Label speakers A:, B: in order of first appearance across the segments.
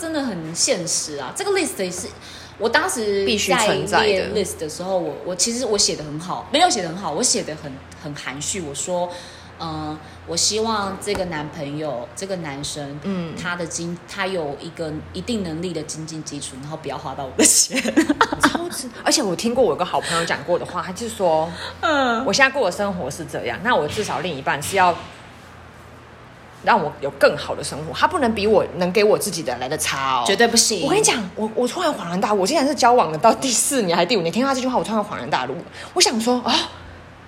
A: 真的很现实啊。这个 list 也是我当时
B: 必须存在的
A: 列 list 的时候，我我其实我写的很好，没有写的很好，我写的很很含蓄。我说，嗯、我希望这个男朋友，这个男生，
B: 嗯，
A: 他的经他有一个一定能力的经济基础，然后不要花到我的钱。
B: 超值。而且我听过我有个好朋友讲过的话，他就说，
A: 嗯，
B: 我现在过的生活是这样，那我至少另一半是要让我有更好的生活，他不能比我能给我自己的来的差哦。
A: 绝对不行。
B: 我跟你，讲，我我突然恍然大悟，我竟然是交往了到第四年还是第五年，听到他这句话，我突然恍然大悟。我想说啊、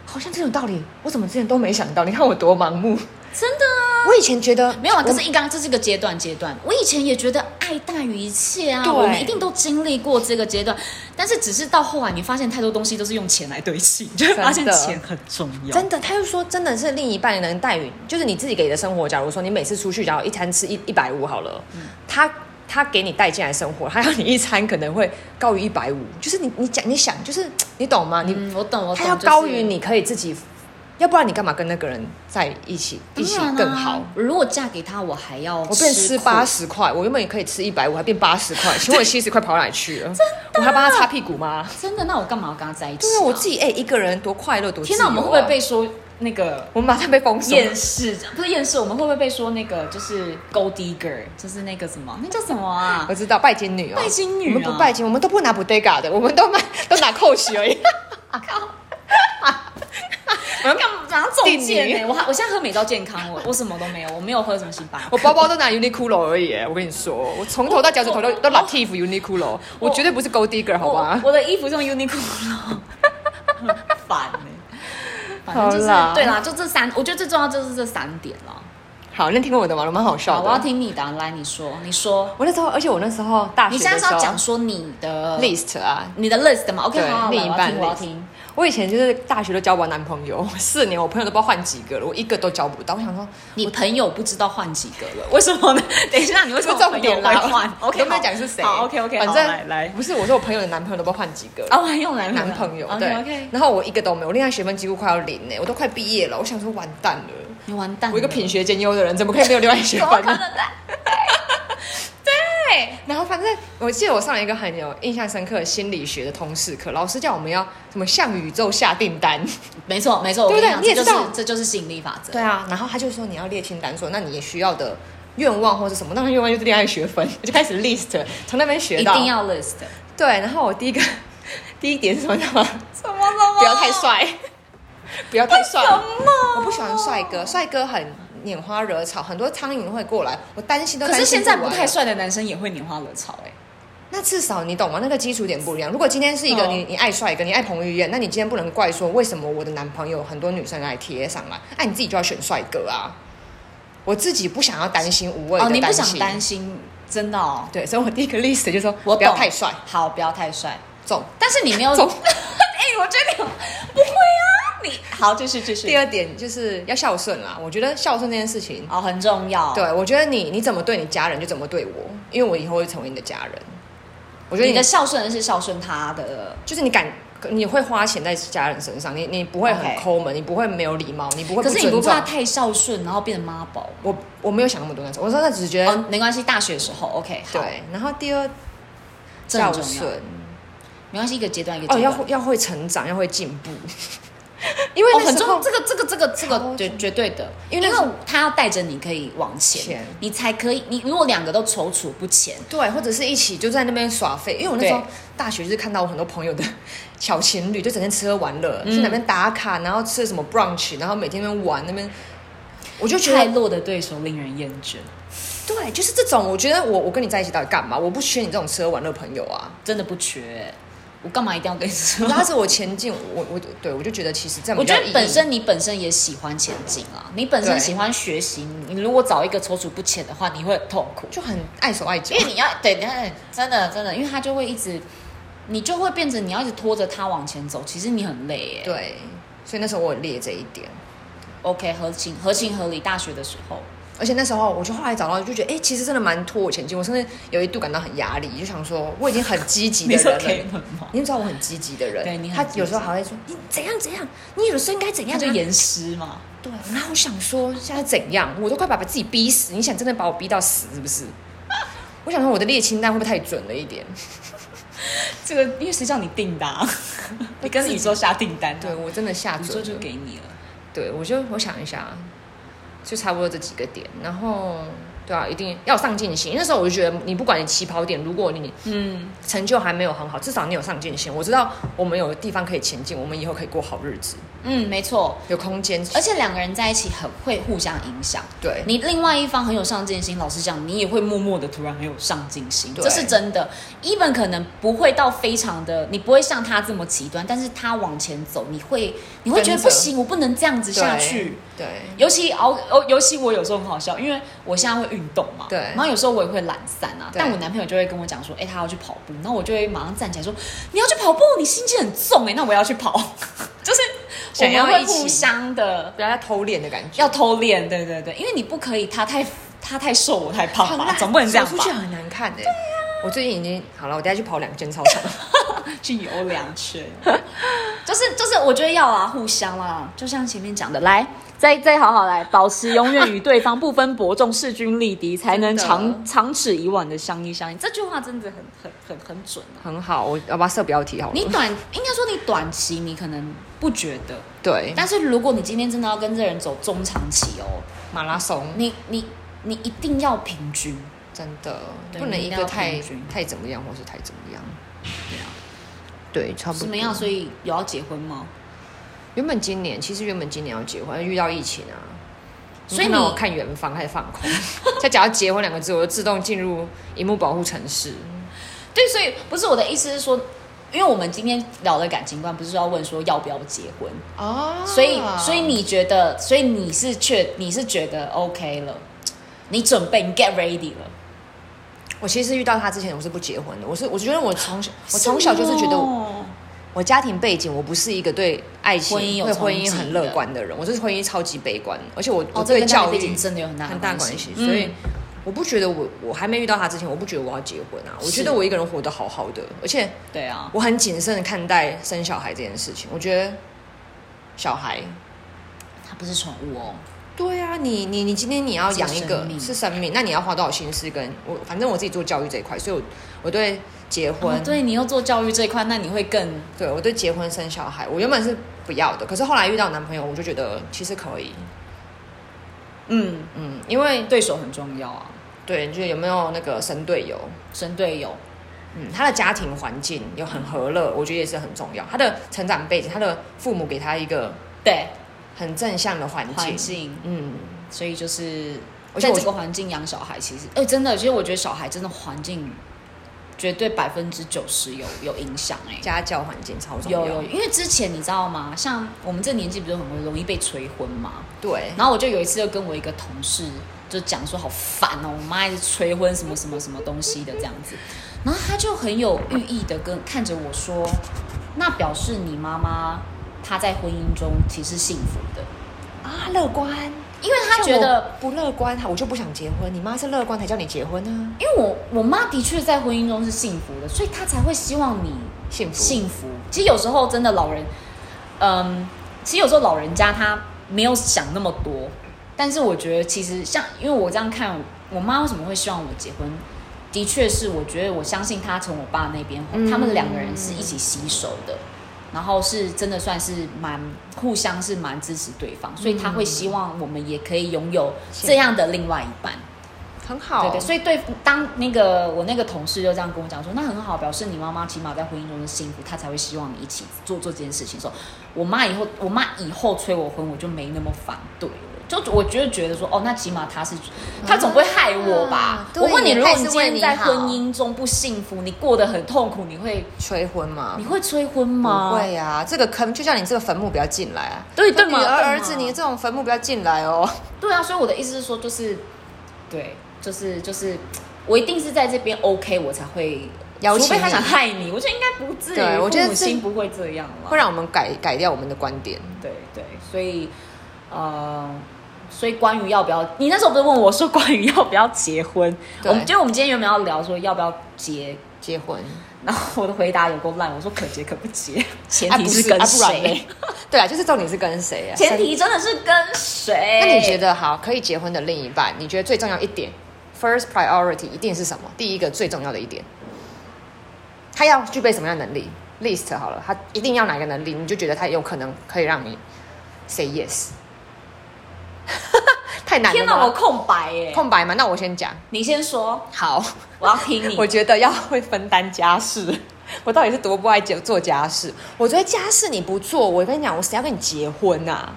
B: 好像这种道理，我怎么之前都没想到？你看我多盲目。
A: 真的啊。
B: 我以前觉得
A: 没有啊，
B: 我
A: 可是一刚这是个阶段阶段。我以前也觉得爱大于一切啊，
B: 对
A: 我们一定都经历过这个阶段，但是只是到后来你发现太多东西都是用钱来堆砌， 你就会发现
B: 真的
A: 钱很重要。
B: 真的，他就说真的是另一半能带予，就是你自己给的生活。假如说你每次出去，假如一餐吃一一百五好了，他他给你带进来生活，他要你一餐可能会高于一百五，就是你你讲你想，就是你懂吗？你、
A: 嗯，我懂，我懂。
B: 他要高于
A: 就是
B: 你可以自己，要不然你干嘛跟那个人在一起一起
A: 当然啊
B: 更好？
A: 如果嫁给他，我还要
B: 我变
A: 吃
B: 吃
A: 苦
B: 八十块，我原本也可以吃一百五，还变八十 块，请问七十块跑哪里去了？我还帮他擦屁股吗？
A: 真的，那我干嘛要跟他在一起、
B: 啊对啊，我自。己哎、一个人多快乐，多自
A: 天
B: 由
A: 哪，我
B: 啊
A: 们会不会被说那个
B: 我们马上被封锁？
A: 厌世？不是厌世，我们会不会被说那个就是 gold digger，就是那个什么，那叫什么啊
B: 我？知道拜金女哦，
A: 拜金女啊
B: 我们不拜金，我们都不拿 Bottega 的，我们都买 都拿 Coach 而已。嗯我们
A: 干嘛？然后中箭
B: 定
A: 呢、
B: 女
A: 欸我还我现在喝美招健康，我我什么都没有，我没有喝什么星巴克。
B: 我包包都拿 Uniqlo 而已耶，我跟你说，我从头到脚趾头都
A: 我
B: 都 Latif Uniqlo，我绝对不是 Gold Digger 好吧
A: 我？我的衣服是用 Uniqlo，很 烦呢、反正就是
B: 欸好啦
A: 对啦，就这三，我觉得最重要就是这三点啦。
B: 好，那听过我的吗？蛮好笑
A: 好，
B: 的。
A: 我要听你的啊，来你说，你说，
B: 我那时候，而且我那时候大
A: 你
B: 学
A: 现在
B: 的
A: 是
B: 时
A: 要
B: 候
A: 讲说你的
B: list 啊，
A: 你的 list 嘛？OK，
B: 对
A: 好好，
B: 另一
A: 来
B: 半
A: 我要听，我要
B: list
A: 听。
B: 我以前就是大学都交不完男朋友，四年我朋友都不知道换几个了，我一个都交不到。我想说，
A: 你朋友不知道换几个了？为什么呢？等一下，你为什
B: 这
A: 么
B: 是重点
A: 朋
B: 啦
A: 友会换
B: 我
A: ？OK，
B: 都没
A: 好
B: 有讲是谁。
A: 好，OK，OK，好
B: 反正
A: 来来
B: 不是我说我朋友的男朋友都不知道换几个了
A: 啊，我还用男
B: 男朋友对
A: OK OK，
B: 然后我一个都没有，我恋爱学分几乎快要零呢，我都快毕业了，我想说完蛋了，
A: 你完蛋了，
B: 我一个品学兼优的人，怎么可以没有恋爱学分 呢？
A: 能呢？对，
B: 然后反正我记得我上了一个很有印象深刻的心理学的通识课，老师叫我们要什么向宇宙下订单，
A: 没错没错，
B: 对不对
A: 我跟
B: 你也
A: 讲这
B: 知
A: 就
B: 道
A: 是这就是吸引力法则。
B: 对啊，然后他就说你要列清单，说那你也需要的愿望或是什么，那愿望就是恋爱 学分，我就开始 list，从那边学
A: 一
B: 到。
A: 定要 list，
B: 对，然后我第一个 第一点是什么？你知道吗？
A: 什么什么
B: 不要太，帅， 不要太帅，
A: 么
B: 我不喜欢帅哥，帅哥很拈花惹草，很多苍蝇会过来，我担心都
A: 可
B: 担
A: 是
B: 心
A: 现在
B: 完
A: 不太。帅的男生也会拈花惹草哎，
B: 那至少你懂吗？那个基础点不一样。如果今天是一个
A: 嗯
B: 你你爱帅哥，你爱彭于晏，那你今天不能怪说为什么我的男朋友很多女生来贴上来，哎、你自己就要选帅哥啊。我自己不想要担心无谓的
A: 哦，你不
B: 担
A: 想
B: 心，
A: 担心，真的哦，
B: 对，所以我第一个 list 就说
A: 我
B: 不要
A: 懂
B: 太帅，
A: 好，不要太帅，
B: 重
A: 但是你没有， 哎，
B: 重。
A: 我觉得你不会啊，你 好，继续继
B: 第
A: 续，
B: 二点就是要孝顺啦，我觉得孝顺这件事情
A: 哦，很重要，
B: 对，我觉得你你怎么对你家人就怎么对我，因为我以后会成为你的家人。我觉得
A: 你
B: 你
A: 的孝顺是孝顺他的，
B: 就是你敢，你会花钱在家人身上，你你不会很
A: OK
B: 抠门，你不会没有礼貌，你不会
A: 可
B: 不
A: 是你
B: 尊
A: 不
B: 重。
A: 怕太孝顺，然后变成妈宝？
B: 我我没有想那么多那时候，我说那只是觉得、
A: 哦，没关系，大学时候 OK，好，
B: 对。然后第二
A: 这很重
B: 孝
A: 要，
B: 顺
A: 没关系，一个阶段一个
B: 哦，
A: 阶
B: 要
A: 段。
B: 会要会成长，要会进步， 因为
A: 哦，
B: 那
A: 很
B: 时
A: 重
B: 候、
A: 要，这个这个这个这
B: 超
A: 个
B: 重
A: 绝绝对的，因
B: 因为
A: 为
B: 那时候
A: 他要带着你可以往前，
B: 前
A: 你才可以。你如果两个都踌躇不前，
B: 对，或者是一起就在那边耍废，因为我那时候
A: 对
B: 大学就是看到我很多朋友的小情侣，就整天吃喝玩乐，去哪边打卡，然后吃什么 brunch，然后每天那边玩那边，我就觉
A: 太
B: 得
A: 弱的对手令人厌倦，
B: 对，就是这种，我觉得我我跟你在一起到底干嘛？我不缺你这种吃喝玩乐朋友啊。
A: 真的不缺欸、我干嘛一定要跟你说？
B: 拉着我前进，我我对我就觉得其实这样
A: 我
B: 比较
A: 觉
B: 有
A: 得
B: 意义
A: 本身你本身也喜欢前进啊，你本身
B: 对
A: 喜欢学习，你如果找一个踌躇不前的话，你会很痛苦，
B: 就很碍手碍脚啊
A: 因为，你要对，你看真的真的，因为他就会一直，你就会变成你要一直拖着他往前走，其实你很累耶、欸
B: 对，所以那时候我有列这一点，
A: OK，合情合情合理，大学的时候。
B: 而且那时候我就后来找到，就觉得哎、诶其实真的蛮拖我前进，我甚至有一度感到很压力，就想说我已经很积极的
A: 你
B: 人
A: 说
B: 了。
A: K-pop 吗？
B: 你知道我很积极的人，
A: 对你很
B: 他
A: 积极
B: 有时候还会说你怎样怎样，你有时候应该怎
A: 他
B: 样、
A: 就
B: 啊，
A: 严师嘛，
B: 对。然后我想说现在怎样，我都快把把自己逼死，你想真的把我逼到死是不是？ 我想说我的列清单会不会太准了一点？
A: 这个因为谁叫你订的、 啊？你跟宇宙下订单、啊，
B: 对，我真的下
A: 宇
B: 准
A: 宙
B: 了
A: 就给你了。
B: 对，我就我想一下，啊就差不多这几个点。然后，对啊，一定要有上进心。那时候我就觉得，你不管你起跑点，如果你
A: 嗯，
B: 成就还没有很好，至少你有上进心。我知道我们有地方可以前进，我们以后可以过好日子，
A: 嗯，没错。
B: 有空间。
A: 而且两个人在一起很会互相影响。
B: 对，
A: 你另外一方很有上进心，老实讲，你也会默默的突然很有上进心，
B: 对
A: 这是真的。even 可能不会到非常的，你不会像他这么极端，但是他往前走，你会你会觉
B: 跟
A: 得不
B: 着
A: 行，我不能这样子
B: 对
A: 下去。，
B: 对，
A: 尤其熬哦，尤其我有时候很好笑，因为我现在会运动嘛，
B: 对
A: 然后有时候我也会懒散啊，
B: 对
A: 但我男朋友就会跟我讲说，哎、他要去跑步，然后我就会马上站起来说，你要去跑步，你心机很重哎、那我也要去跑， 就是我
B: 想要
A: 们会
B: 一起
A: 互相的
B: 不要再偷练的感觉。
A: 要偷练，对对对，因为你不可以他太他太瘦我太胖吧
B: 烂，
A: 总不能这样
B: 走出去
A: 吧，啊
B: 很难看哎、我最近已经好了，我等下去跑两间操场。
A: 去游两圈， 就是就是我觉得要啊，互相啦，就像前面讲的，来。再再好好来，保持永远与对方不分伯仲、势均力敌，才能长长此以往的相依相依。这句话真的很很很很准啊！
B: 很好，我要把设标题好了。
A: 你短应该说你短期你可能不觉得，
B: 对
A: 但是如果你今天真的要跟这人走中长期哦，
B: 马拉松
A: 你你你一定要平均，
B: 真的
A: 对
B: 不能一
A: 你一定
B: 个
A: 要
B: 太
A: 平均
B: 太怎么样，或是太怎么样。
A: 对啊，
B: 对，差不多。
A: 怎么样？所以有要结婚吗？
B: 原本今年其实原本今年要结婚，遇到疫情啊，
A: 所以
B: 你看到
A: 你
B: 我看远方开始 放空，再讲到结婚两个字，我就自动进入荧幕保护城市。
A: 对，所以不是我的意思是说，因为我们今天聊的感情观不是要问说要不要结婚，
B: 哦
A: 所以所以你觉得，所以你是确你是觉得 OK 了，你准备你 get ready 了，
B: 我其实遇到他之前，我是不结婚的。我是我觉得我从小我从小就是觉得我
A: 啊哦
B: 我家庭背景，我不是一个对爱情、
A: 婚姻有
B: 对
A: 憧
B: 婚姻
A: 憬
B: 很
A: 的
B: 乐观的人，我就是婚姻超级悲观，而且我、我
A: 哦，这
B: 对
A: 跟家
B: 教
A: 庭
B: 育
A: 背景真的有很大嗯
B: 很
A: 的
B: 啊大关系，嗯所以我不觉得我我还没遇到他之前，我不觉得我要结婚啊，我
A: 是
B: 觉得我一个人活得好好的，而且
A: 嗯对啊，
B: 我很谨慎地看待生小孩这件事情。我觉得小孩，
A: 它不是宠物哦，
B: 对啊，你你你今天你要
A: 是
B: 养一个
A: 生命
B: 是生命，那你要花多少心思跟我？反正我自己做教育这一块，所以我我对结婚，
A: 哦对你又做教育这一块，那你会更
B: 对我对结婚生小孩，我原本是不要的，可是后来遇到男朋友，我就觉得其实可以，
A: 嗯，
B: 嗯，因为
A: 对手很重要啊，
B: 对，就是有没有那个神队友，
A: 神队友，
B: 嗯，他的家庭环境又很和乐，我觉得也是很重要。他的成长背景，他的父母给他一个
A: 对
B: 很正向的环
A: 环
B: 境，
A: 境，
B: 嗯，
A: 所以就是
B: 而且
A: 在
B: 我
A: 这个环境养小孩，其实，哎、真的，其实我觉得小孩真的环境绝对百分之九十有有影响、哎，
B: 家教环境超重要，
A: 有有，因为之前你知道吗？像我们这年纪不是很容易被催婚嘛，
B: 对，
A: 然后我就有一次就跟我一个同事就讲说，好烦哦，我妈一直催婚什么什么什么东西的这样子，然后他就很有寓意的跟看着我说，那表示你妈妈她在婚姻中其实幸福的，
B: 啊，乐观，
A: 因为她觉得。
B: 不乐观，我就不想结婚。你妈是乐观才叫你结婚啊呢、
A: 因为我我妈的确在婚姻中是幸福的，所以她才会希望你嗯
B: 啊，幸福，
A: 幸福。其实有时候真的老人，嗯，其实有时候老人家他没有想那么多，但是我觉得其实像因为我这样看，我妈为什么会希望我结婚，的确是我觉得我相信她从我爸那边，
B: 嗯
A: 他们两个人是一起携手的。然后是真的算是蛮互相是蛮支持对方，所以她会希望我们也可以拥有这样的另外一半。
B: 很好，
A: 对对，所以对当那个我那个同事就这样跟我讲说，那很好，表示你妈妈起码在婚姻中是幸福，她才会希望你一起做做这件事情的时候，我妈以后我妈以后催我婚，我就没那么反对了。就我就觉得说，哦，那起码她是，她总不会害我吧？
B: 啊对
A: 我问你，如果
B: 她也
A: 你
B: 是
A: 今
B: 为
A: 天
B: 你
A: 在
B: 好
A: 婚姻中不幸福，你过得很痛苦，你会
B: 催婚嘛
A: 你，会催婚吗？
B: 哦不会啊，这个坑就叫你这个坟墓不要进来啊。
A: 对对
B: 女
A: 嘛
B: 儿
A: 对嘛
B: 儿子，你这种坟墓不要进来哦。
A: 对啊，所以我的意思是说，就是，对，就是就是，我一定是在这边 OK，我才会
B: 邀请
A: 除非他
B: 你
A: 想害你，我觉得应该不至于，
B: 对我觉得
A: 父母
B: 是
A: 亲不会这样了。
B: 会让我们改改掉我们的观点。
A: 对对，所以，呃，所以关于要不要，你那时候不是问我说关于要不要结婚？
B: 对
A: 我们就我们今天原本要聊说要不要结，
B: 结婚，
A: 然后我的回答有够烂，我说可结可不结，前
B: 啊
A: 提
B: 不
A: 是
B: 是
A: 跟
B: 啊不然
A: 谁？
B: 嘞 对啊，就是重点是跟谁啊？
A: 前提真的是跟谁？
B: 那你觉？得好可以结婚的另一半，你觉得最重要一点， first priority 一定是什么？第一个最重要的一点，他要具备什么样的能力？list 好了，他一定要哪个能力，你就觉得他有可能可以让你 say yes。太难了
A: 天
B: 吗。
A: 哪，我空白耶！
B: 空白嘛，那我先讲。
A: 你先说，
B: 好，
A: 我要听你
B: 我。觉得要会分担家事。 我到底是多不爱做做家事？我觉得家事你不做，我跟你讲，我谁要跟你结婚啊？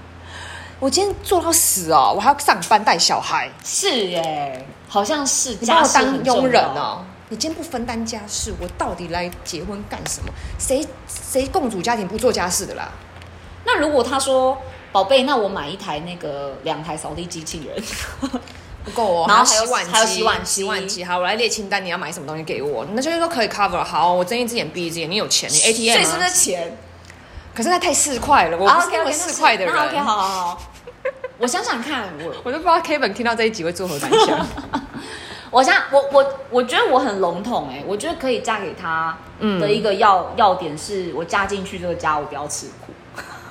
B: 我今天做到死哦，我还要上班带小孩，
A: 是耶，好像是
B: 你把
A: 家
B: 我
A: 事
B: 当
A: 很重
B: 佣
A: 要
B: 人。哦。你今天不分担家事，我到底来结婚干什么？谁谁共主家庭不做家事的啦？
A: 那如果他说宝贝，那我买一台那个两台扫地机器 人，
B: 不够哦，
A: 然后
B: 还
A: 还有还
B: 洗碗机，
A: 有洗碗机
B: 洗碗机。好，我来列清单，你要买什么东西给我？那些都可以 cover。好，我睁一只眼闭一只眼，你有钱，你 ATM 啊、
A: 所以是不是钱？啊
B: 可是那太市侩了，我不是那么市侩的人。
A: 那 OK，好好好。我想想看，我
B: 我都不知道 Kevin 听到这一集会作何感想。
A: 我想我我我觉得我很笼统哎、我觉得可以嫁给他的一个要、要点是我嫁进去这个家，我不要吃苦，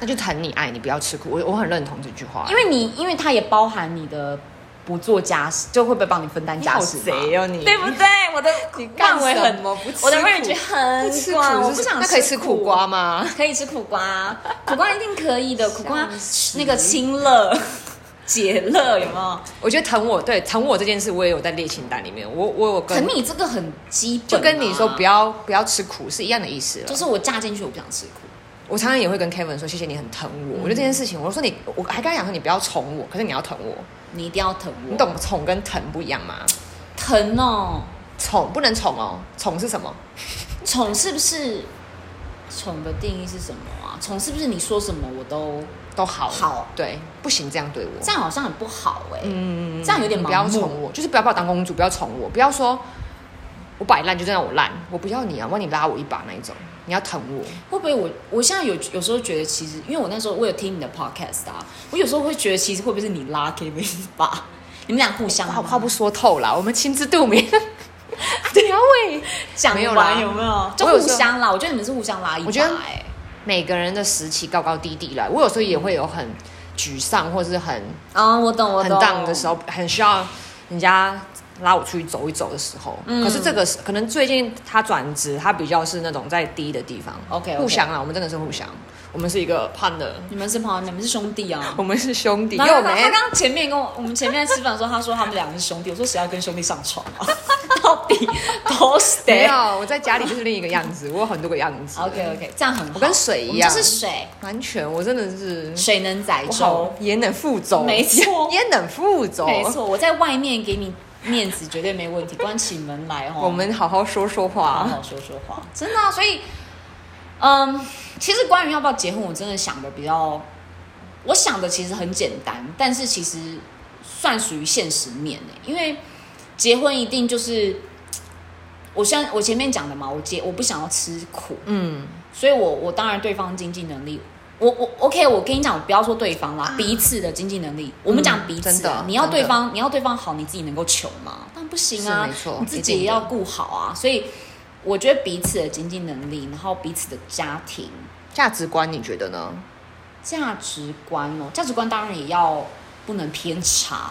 B: 那就谈你爱你，不要吃苦。我我很认同这句话。
A: 因为你因为他也包含你的不做家事，就会不会帮你分担
B: 你
A: 家
B: 好
A: 事嘛？
B: 贼哦你！
A: 对不对？我的你
B: 干
A: 我
B: 什
A: 很
B: 么不吃苦
A: 我的 range 很
B: 不吃苦
A: 广，我不
B: 是
A: 想
B: 那可以吃苦瓜，吗？
A: 可以吃苦瓜，苦瓜一定可以的，苦 瓜
B: 死
A: 那个清热解热有没有？
B: 我觉得疼我对疼我这件事，我也有在列清单里面。我我有跟
A: 可你这个很基本、
B: 就跟你说不，要不要吃苦是一样的意思了。
A: 就是我嫁进去我不想吃苦。
B: 我常常也会跟 Kevin 说，谢谢你很疼我。我觉得这件事情，我说你，我还跟他讲说你不要宠我，可是你要疼我。
A: 你一定要疼我，
B: 你懂宠跟疼不一样吗？
A: 疼哦，
B: 宠不能宠哦，宠是什么？
A: 宠是不是？宠的定义是什么啊？宠是不是你说什么我都
B: 都好，
A: 好
B: 对，不行这样对我。
A: 这样好像很不好哎、
B: 嗯
A: 这样有点
B: 你不
A: 盲
B: 要
A: 目
B: 宠我，就是不要把我当公主，不要宠我，不要说我摆烂就让我烂，我不要你啊，万你拉我一把那一种，你要疼我。
A: 会不会我我现在有有时候觉得，其实因为我那时候我有听你的 podcast 啊，我有时候会觉得，其实会不会是你拉 Kevin 一把？ 你们俩互相
B: 话
A: 吗
B: 话不说透啦，我们心知肚明。 对啊，喂，
A: 讲
B: 没有
A: 完
B: 啦
A: 有没有？就
B: 我有
A: 互
B: 时候
A: 相啦，我觉得你们是互相拉一把、
B: 我觉得
A: 哎，
B: 每个人的时期高高低低啦，我有时候也会有很沮丧或是很
A: 啊、我懂我
B: 很
A: 懂。
B: down 的时
A: 候，
B: 候，很需要人家拉我出去走一走的时候。
A: 嗯
B: 可是这个是可能最近他转职，他比较是那种在低的地方。
A: OK，OK
B: 互相啊，我们真的是互相，我们是一个 partner，
A: 你们是朋友，你们是兄弟啊。
B: 我们是兄弟。
A: 然
B: 因
A: 后
B: 为
A: 他
B: 我
A: 刚
B: 们
A: 他刚前面跟我我们前面在吃饭的时候，他说他们两个是兄弟，我说谁要跟兄弟上床啊？ 到底都是
B: 没
A: 谁
B: 有，我在家里就是另一个样 子，我有很多个样子。
A: ？OK OK，这样很好。
B: 我跟水一样
A: 我们就是水，
B: 完全，我真的是
A: 水能载
B: 我
A: 舟
B: 好。也能负重，
A: 没 错
B: 也能负重。
A: 没错，我在外面给你面子绝对没问题，关起门来哦，
B: 我们好好说说
A: 好
B: 话。
A: 好说说话，真的啊、所以，嗯，其实关于要不要结婚，我真的想的比较，我想的其实很简单，但是其实算属于现实面诶、因为结婚一定就是。我像我前面讲的嘛，我结我不想要吃苦，
B: 嗯，
A: 所以我我当然对方经济能力，我我 OK，我跟你讲，我不要说对方啦，彼此的经济能力，我们讲彼此
B: 啊嗯真的
A: 啊，你要对
B: 真的
A: 方你要对方好，你自己能够求吗？当然不行啊
B: 是没错，
A: 你自
B: 一
A: 己
B: 定
A: 也
B: 的
A: 要顾好啊。所以我觉得彼此的经济能力，然后彼此的家庭
B: 价值观你觉得呢？
A: 价值观哦，价值观当然也要不能偏差。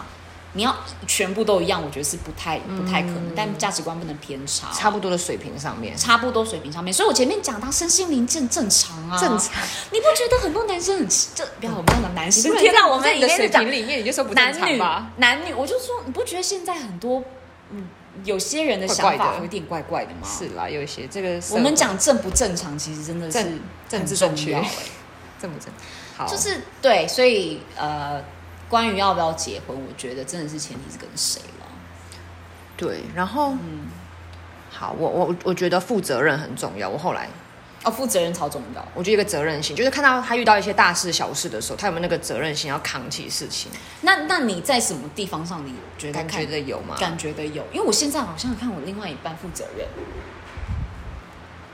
A: 你要全部都一样，我觉得是不太不太可
B: 嗯
A: 能，但价值观不能偏差，
B: 差不多的水平上面，
A: 差不多水平上面。所以我前面讲他身心灵正正常啊，
B: 正常。
A: 你不觉得很多男生很这不要我们讲男
B: 你
A: 生
B: 不？能
A: 天哪，
B: 在
A: 我们在里
B: 你的
A: 面
B: 水
A: 就讲
B: 平里面，你就说不正
A: 男
B: 常
A: 女
B: 吧？
A: 男女，我就说你不觉得现在很多嗯有些人的
B: 怪
A: 想
B: 怪
A: 法
B: 的
A: 有点怪怪的吗？
B: 是啦，有一些这个社
A: 我
B: 会
A: 们讲正不正常，其实真的是
B: 政政治
A: 很重
B: 正确
A: 要欸
B: 正不正？好，
A: 就是嗯对，所以呃，关于要不要结婚，我觉得真的是前提是跟谁了。
B: 对，然后
A: 嗯，
B: 好，我我我觉得负责任很重要。我后来
A: 哦，负责任超重要。
B: 我觉得一个责任心，就是看到他遇到一些大事小事的时候，他有没有那个责任心要扛起事情？
A: 那那你在什么地方上你觉得
B: 感
A: 看
B: 觉得有吗？
A: 感觉的有，因为我现在好像看我另外一半负责任，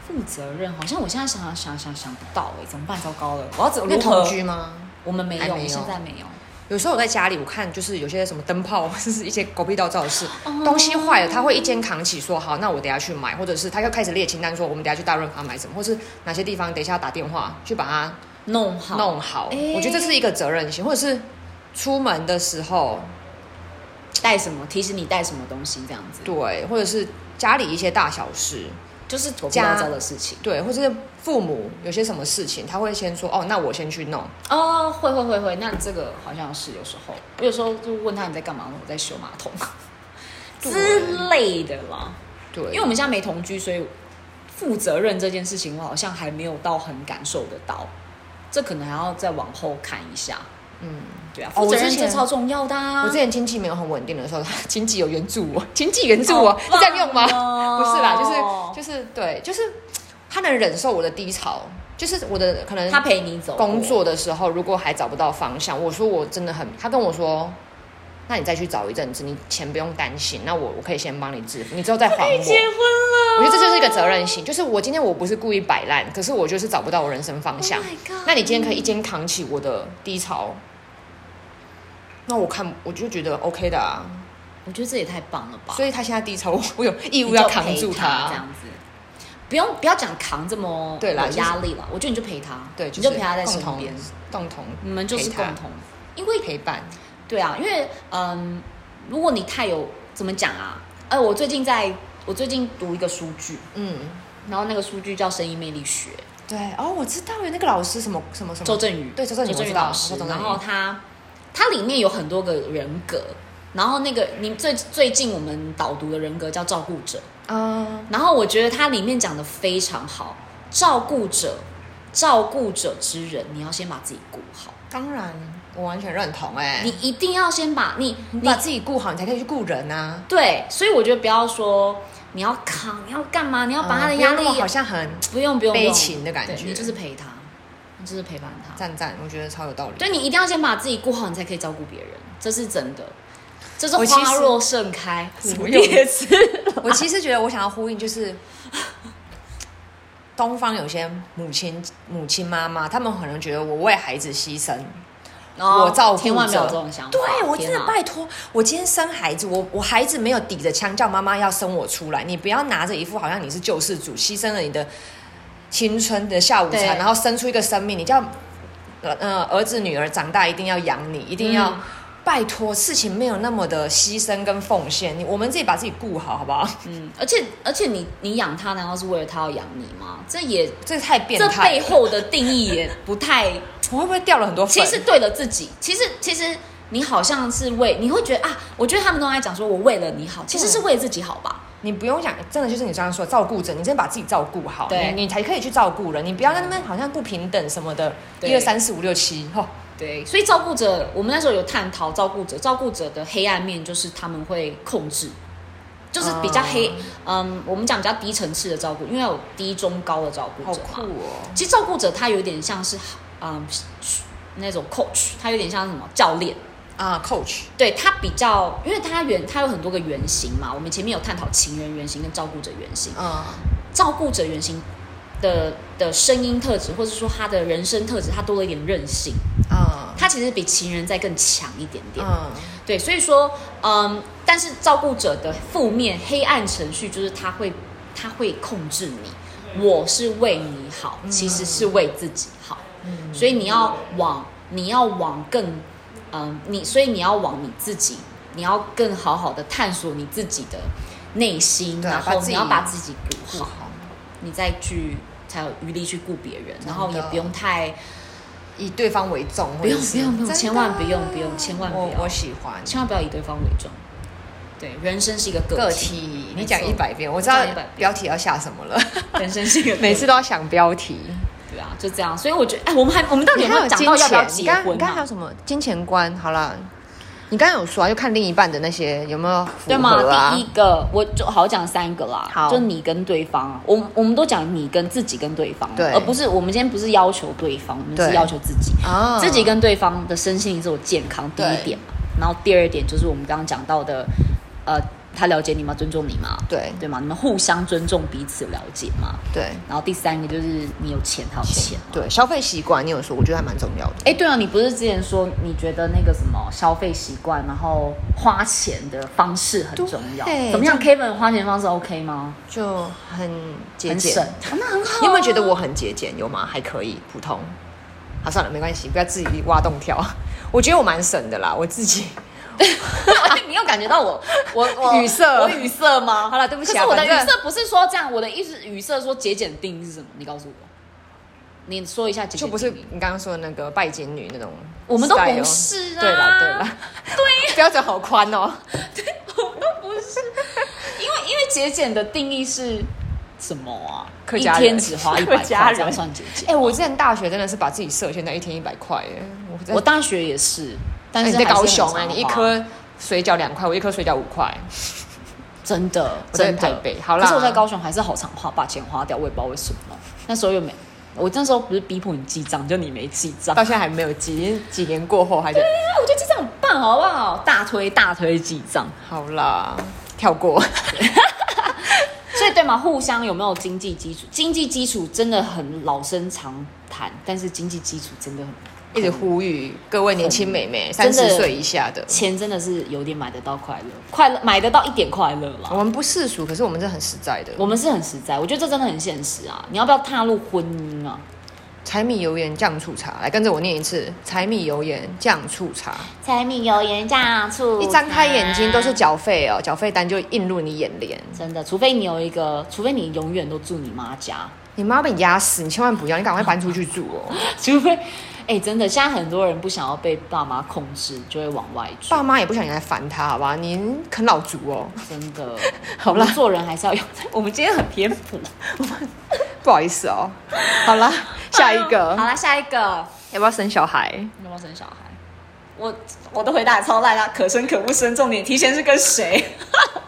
A: 负责任，好像我现在想想想想想不到哎、怎么办？糟糕了，我要怎
B: 那
A: 么
B: 同居？吗？
A: 我们没
B: 还
A: 有，
B: 没
A: 我现
B: 有
A: 在没有。
B: 有时候我在家里，我看就是有些什么灯泡或者是一些狗屁倒灶的事，
A: 哦
B: 东西坏了，他会一肩扛起说好，那我等一下去买，或者是他又开始列清单说我们等一下去大润发买什么，或是哪些地方等一下打电话去把它
A: 弄好，
B: 弄好。
A: 哎
B: 我觉得这是一个责任心，或者是出门的时候
A: 带什么，提醒你带什么东西这样子，
B: 对，或者是家里一些大小事，
A: 就是狗不
B: 家
A: 糟的事情。
B: 对，或者是父母有些什么事情，他会先说哦，那我先去弄。
A: 哦，会会会会，那这个好像是有时候，我有时候就问他你在干嘛，我在修马桶
B: 对
A: 之类的啦。
B: 对，
A: 因为我们现在没同居，所以负责任这件事情，我好像还没有到很感受得到，这可能还要再往后看一下。
B: 嗯，
A: 对啊，
B: 哦
A: 负责
B: 我
A: 任
B: 之
A: 这
B: 前
A: 超重要的、啊。
B: 我之前经济没有很稳定的时候， 经济有援助我，经济援助我
A: 好，
B: 是这样用吗？
A: 棒哦
B: 不是 啦，就是就是对，就是他能忍受我的低潮，就是我的可能
A: 他陪你走过
B: 工作的时候，如果还找不到方向，我说我真的很，他跟我说。那你再去找一阵子，你钱不用担心，那我我可以先帮你支付，你之后再还我。
A: 结婚了，
B: 我觉得这就是一个责任心，就是我今天我不是故意摆烂，可是我就是找不到我人生方向。
A: Oh my god
B: 那你今天可以一肩扛起我的低潮，那我看我就觉得 OK 的啊。
A: 我觉得这也太棒了吧！
B: 所以他现在低潮，我我有义
A: 你
B: 务
A: 就
B: 要扛
A: 陪
B: 住
A: 他这样子。不用，不要讲扛这么
B: 对啦
A: 有
B: 就是
A: 压力了。我觉得你就陪他，
B: 对，
A: 你
B: 是
A: 就陪他在身
B: 共同
A: 边，
B: 共同
A: 你们就是
B: 陪
A: 共
B: 他
A: 同。因为
B: 陪伴。
A: 对啊，因为嗯，如果你太有怎么讲啊？哎、我最近在我最近读一个书剧，
B: 嗯，
A: 然后那个书剧叫《声音魅力学
B: 对哦，我知道有那个老师什么什么什》，么
A: 周振宇，
B: 嗯对周振
A: 周
B: 宇
A: 振
B: 我
A: 宇
B: 知道
A: 老师
B: 我知道周，
A: 然
B: 振宇
A: 后他他里面有很多个人格，然后那个你最最近我们导读的人格叫照顾者，
B: 啊，
A: 然后我觉得它里面讲的非常好，照顾者，照顾者之人，你要先把自己顾好，
B: 当然我完全认同哎、
A: 你一定要先把你
B: 你把自己顾好，你才可以去顾人啊。
A: 对，所以我觉得不要说你要扛，你要干嘛，你要把他的
B: 嗯
A: 压
B: 不
A: 力
B: 要那么好像很
A: 不用不用不
B: 悲
A: 用
B: 情的感
A: 对
B: 觉
A: 你就是陪他，你就是陪伴他。
B: 赞赞，我觉得超有道理。
A: 对你一定要先把自己顾好，你才可以照顾别人，这是真的。这是
B: 我其实
A: 花若盛开，
B: 什
A: 蝴
B: 么用
A: 蝶 自
B: 我其实觉得我想要呼应就是。东方有些母亲、母亲妈妈，他们可能觉得我为孩子牺牲，
A: 哦
B: 我照顾
A: 千万不要有
B: 着
A: 这种想法。
B: 对我真
A: 天
B: 的
A: 哪
B: 拜托，我今天生孩子，我我孩子没有抵着枪叫妈妈要生我出来，你不要拿着一副好像你是救世主，牺牲了你的青春的下午
A: 对
B: 茶，然后生出一个生命，你叫呃呃儿子女儿长大一定要养你，一定要、
A: 嗯
B: 拜托，事情没有那么的牺牲跟奉献，你我们自己把自己顾好，好不好？
A: 嗯，而且而且你你养他，难道是为了他要养你吗？这也
B: 这太变
A: 这
B: 态
A: 背
B: 了，
A: 后的定义也不太，
B: 我会不会掉了很多粉？
A: 其实对了自己，其实其实你好像是为你会觉得啊，我觉得他们都在讲说我为了你好，其实是为了自己好吧？
B: 你不用想，真的就是你刚刚说的照顾者，你真的把自己照顾好，
A: 对
B: 你你才可以去照顾人，你不要在那边好像不平等什么的，
A: 对
B: 一二三四五六七，吼，
A: 对，所以照顾者，我们那时候有探讨照顾者，照顾者的黑暗面就是他们会控制，就是比较黑，
B: 哦
A: 嗯，我们讲比较低层次的照顾，因为有低中高的照顾
B: 好
A: 者嘛
B: 酷，哦！
A: 其实照顾者他有点像是嗯那种 coach，他有点像是什么教练。
B: 啊，coach，
A: 对它比较，因为它原它有很多个原型嘛，我们前面有探讨情人原型跟照顾者原型，
B: 嗯，
A: 照顾者原型的的声音特质，或者说他的人生特质，他多了一点韧性，
B: 嗯，
A: 他其实比情人再更强一点点。
B: 嗯，
A: 对，所以说，嗯，但是照顾者的负面黑暗程序就是他会他会控制你，我是为你好，
B: 嗯
A: 其实是为自己好，所以你要往你要往更，嗯，你所以你要往你自己，你要更好好的探索你自己的内心，
B: 对啊
A: 然
B: 把
A: 后
B: 自
A: 你
B: 己
A: 要把自己顾
B: 好
A: 好，，你再去才有余力去顾别人，然后也
B: 真的
A: 不用太。
B: 以对方为重，
A: 不用
B: 或者是
A: 不用不用
B: 真的啊
A: 千万不用不用千万不要
B: 我我喜欢
A: 千万不要以对方为重。对，人生是一个个
B: 个
A: 体，
B: 体，
A: 没
B: 你讲
A: 错
B: 一百遍，我知道
A: 讲100遍
B: 标题要下什么了，
A: 人生是一个个体
B: 每次都要想标题。
A: 对啊，就这样。所以我觉得，哎，我们还我们到底有没有讲
B: 金
A: 到要不要
B: 钱？你
A: 结
B: 刚
A: 婚、
B: 你刚还有
A: 啊？
B: 什么金钱观？好啦，你刚刚有说啊，就看另一半的那些有没有
A: 对
B: 符
A: 嘛
B: 合？啊
A: 第一？个，我就好讲三个啦，
B: 好
A: 就你跟对方啊，我们我们都讲你跟自己跟对方，啊
B: 对
A: 而不是我们今天不是要求对方，我们
B: 对
A: 是要求自己，
B: 啊
A: 自己跟对方的身心灵是有健康，第一
B: 对
A: 点嘛。然后第二点就是我们刚刚讲到的，呃，他了解你吗？尊重你吗？
B: 对
A: 对嘛，你们互相尊重，彼此了解嘛。
B: 对
A: 然后第三个就是你有钱，他有钱嘛。
B: 对，消费习惯你有说，我觉得还蛮重要的。
A: 哎，对啊，你不是之前说你觉得那个什么消费习惯，然后花钱的方式很重要
B: 对？
A: 怎么样，Kevin 花钱的方式 OK 吗？
B: 就很节
A: 很
B: 俭
A: 省，，哦那很好啊。
B: 你有没有觉得我很节俭？有吗？还可以，普通。 好，算了，没关系，不要自己挖洞跳。我觉得我蛮省的啦，我自己，
A: 你有感觉到我我我
B: 语塞
A: 我 语塞吗？
B: 好了对不起
A: 可
B: 啊
A: 是我的
B: 反正
A: 语塞不是说这样，我的意思语塞说节俭定义是什么？你告诉我，你说一下节俭定义。
B: 就不是你刚刚说的那个拜金女那种 style，
A: 我们都不是啊，
B: 对啦对啦， 标准好宽哦。
A: 我们都不是，因为因为节俭的定义是什么啊？
B: 客家人
A: 一天只花一百
B: 客家
A: 块，
B: 人
A: 这样算节俭
B: 哎、？我之前大学真的是把自己设限在一天一百块，哎，我真
A: 我
B: 的
A: 大学也是，但
B: 哎
A: 是
B: 你在
A: 还是
B: 高
A: 很
B: 雄
A: 常
B: 哎、你一
A: 花
B: 颗水饺两块，我一颗水饺五块，
A: 真的
B: 我在
A: 真的
B: 台北好啦
A: 可是我在高雄还是好常花，把钱花掉，我也不知道为什么。那时候又没，我那时候不是逼迫你记账，就你没记账。
B: 到现在还没有几几年过后还是
A: 那啊我觉得记账很棒，好不好？大推大推记账。
B: 好啦，跳过。
A: 所以对嘛，互相有没有经济基础？经济基础真的很老生常谈，但是经济基础真的很。
B: 一直呼吁各位年轻美眉，
A: 真
B: 三
A: 的
B: 十岁以下的，
A: 钱真的是有点买得到快乐，快乐买得到一点快乐啦。
B: 我们不世俗，可是我们是很实在的。
A: 我们是很实在，我觉得这真的很现实啊！你要不要踏入婚姻啊？
B: 柴米油盐酱醋茶，来跟着我念一次：柴米油盐酱醋茶。
A: 柴米油盐酱醋
B: 一张开眼睛都是
A: 茶
B: 缴费哦，缴费单就映入你眼帘。
A: 真的，除非你有一个，除非你永远都住你妈家，
B: 你妈被你压死，你千万不要，你赶快搬出去住哦。
A: 除非，哎、真的，现在很多人不想要被爸妈控制，就会往外住
B: 爸。妈也不想你来烦他，好吧？您啃老族哦，
A: 真的，
B: 好
A: 我
B: 啦
A: 们做人还是要 有。我们今天很偏 颇。
B: 不好意思哦。好 啦，下一个
A: 好啦，下一个，
B: 要不要生小孩？
A: 你要不要生小孩？我我的回答也超烂啦，可生可不生，重点提前是跟谁？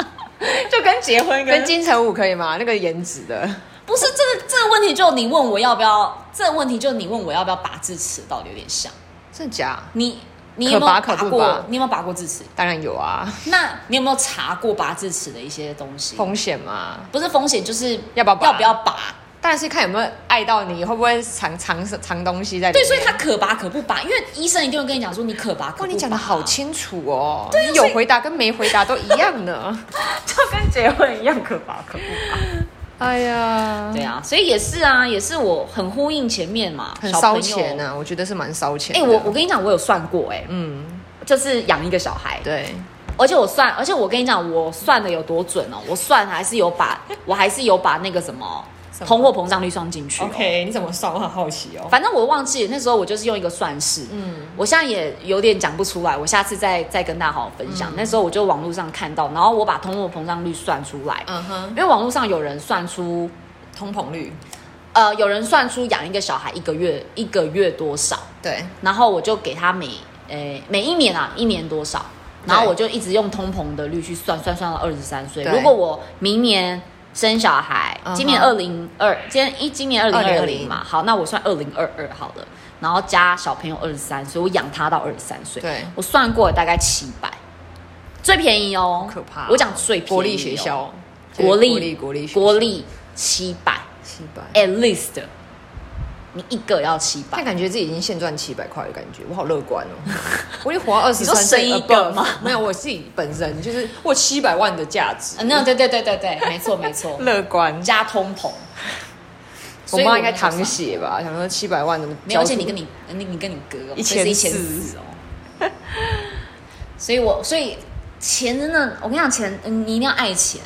A: 就跟结婚
B: 跟金城武可以吗？那个颜值的，
A: 不是这个这个问题，就你问我要不要，这个问题就你问我要不要拔智齿，到底有点像。
B: 真的假？
A: 你你有没
B: 可
A: 有拔
B: 拔可不
A: 过？
B: 拔
A: 你有没有拔过智齿？
B: 当然有啊，
A: 那你有没有查过拔智齿的一些东西？
B: 风险嘛，
A: 不是风险，就是
B: 要不要拔
A: 要不要拔？
B: 当然是看有没有爱到你，会不会藏藏藏东西在里面。
A: 对，所以它可拔可不拔，因为医生一定会跟你讲说你可拔可不
B: 哇，
A: 拔。
B: 你讲的好清楚哦，
A: 对啊
B: 你
A: 所
B: 有
A: 以
B: 回答跟没回答都一样呢。
A: 就跟结婚一样可拔可不拔。
B: 哎呀，
A: 对啊，所以也是啊，也是我很呼应前面嘛，
B: 很烧钱啊
A: 小朋友。
B: 呢、我觉得是蛮烧钱
A: 哎、
B: 的。
A: 我我跟你讲，我有算过、哎，
B: 嗯，
A: 就是养一个小孩，
B: 对，
A: 而且我算，而且我跟你讲，我算的有多准哦，我算还是有把，我还是有把那个什么
B: 什么
A: 通货膨胀率算进去、哦。
B: OK，你怎么算？我很好奇哦。
A: 反正我忘记了那时候我就是用一个算式，
B: 嗯，
A: 我现在也有点讲不出来，我下次再再跟大家好好分享。那时候我就网络上看到，然后我把通货膨胀率算出来，
B: 嗯哼，
A: 因为网络上有人算出，
B: 通膨率，
A: 呃，有人算出养一个小孩一个月一个月多少，
B: 对，
A: 然后我就给他每诶、每一年啊一年多少，
B: 对
A: 然后我就一直用通膨的率去算，算算到二十三岁。
B: 对
A: 如果我明年生小孩
B: 嗯哼，
A: 今年二零二，今年一今年二零二
B: 2020
A: 零嘛，好，那我算二零二二好了，然后加小朋友二十三岁，我养他到二十三岁，
B: 对
A: 我算过了大概七百，最便宜哦，
B: 可怕
A: 我讲最便宜、
B: 国立学，校，
A: 国
B: 国立
A: 立
B: 国立学校
A: 国立七百
B: 七百，
A: ，at least，你一个要七百
B: 但。感觉自己已经现赚七百块的感觉，我好乐观 哦！我已经活到二十
A: 你说
B: 三岁
A: 生一个
B: above
A: 吗？
B: 没有，我自己本身就是我七百万的价值，
A: 嗯，那对对对对对，没错没错，
B: 乐观。
A: 加通膨。
B: 我
A: 嗯所以
B: 妈应该
A: 们
B: 淌
A: 就
B: 血吧？想说七百万怎么
A: 没有，而
B: 交出？
A: 且你跟你你你跟你哥哦
B: 一
A: 所以是一
B: 千
A: 千
B: 四
A: 四哦。所以我所以钱真的，我跟你讲，钱嗯你一定要爱钱。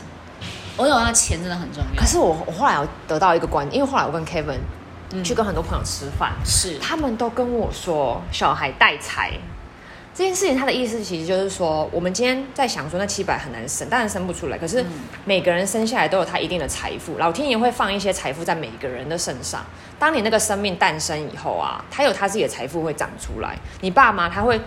A: 我有讲钱真的很重要
B: 可，是我我后来我得到一个观，因为后来我跟 Kevin、
A: 嗯
B: 去跟很多朋友吃饭，
A: 是
B: 他们都跟我说小孩带财这件事情，他的意思其实就是说，我们今天在想说那七百很难生，当然生不出
A: 嗯
B: 来，可是每个人生下来都有他一定的财富，老天爷会放一些财富在每个人的身上。当你那个生命诞生以后啊，他有他自己的财富会长出来，你爸妈他会。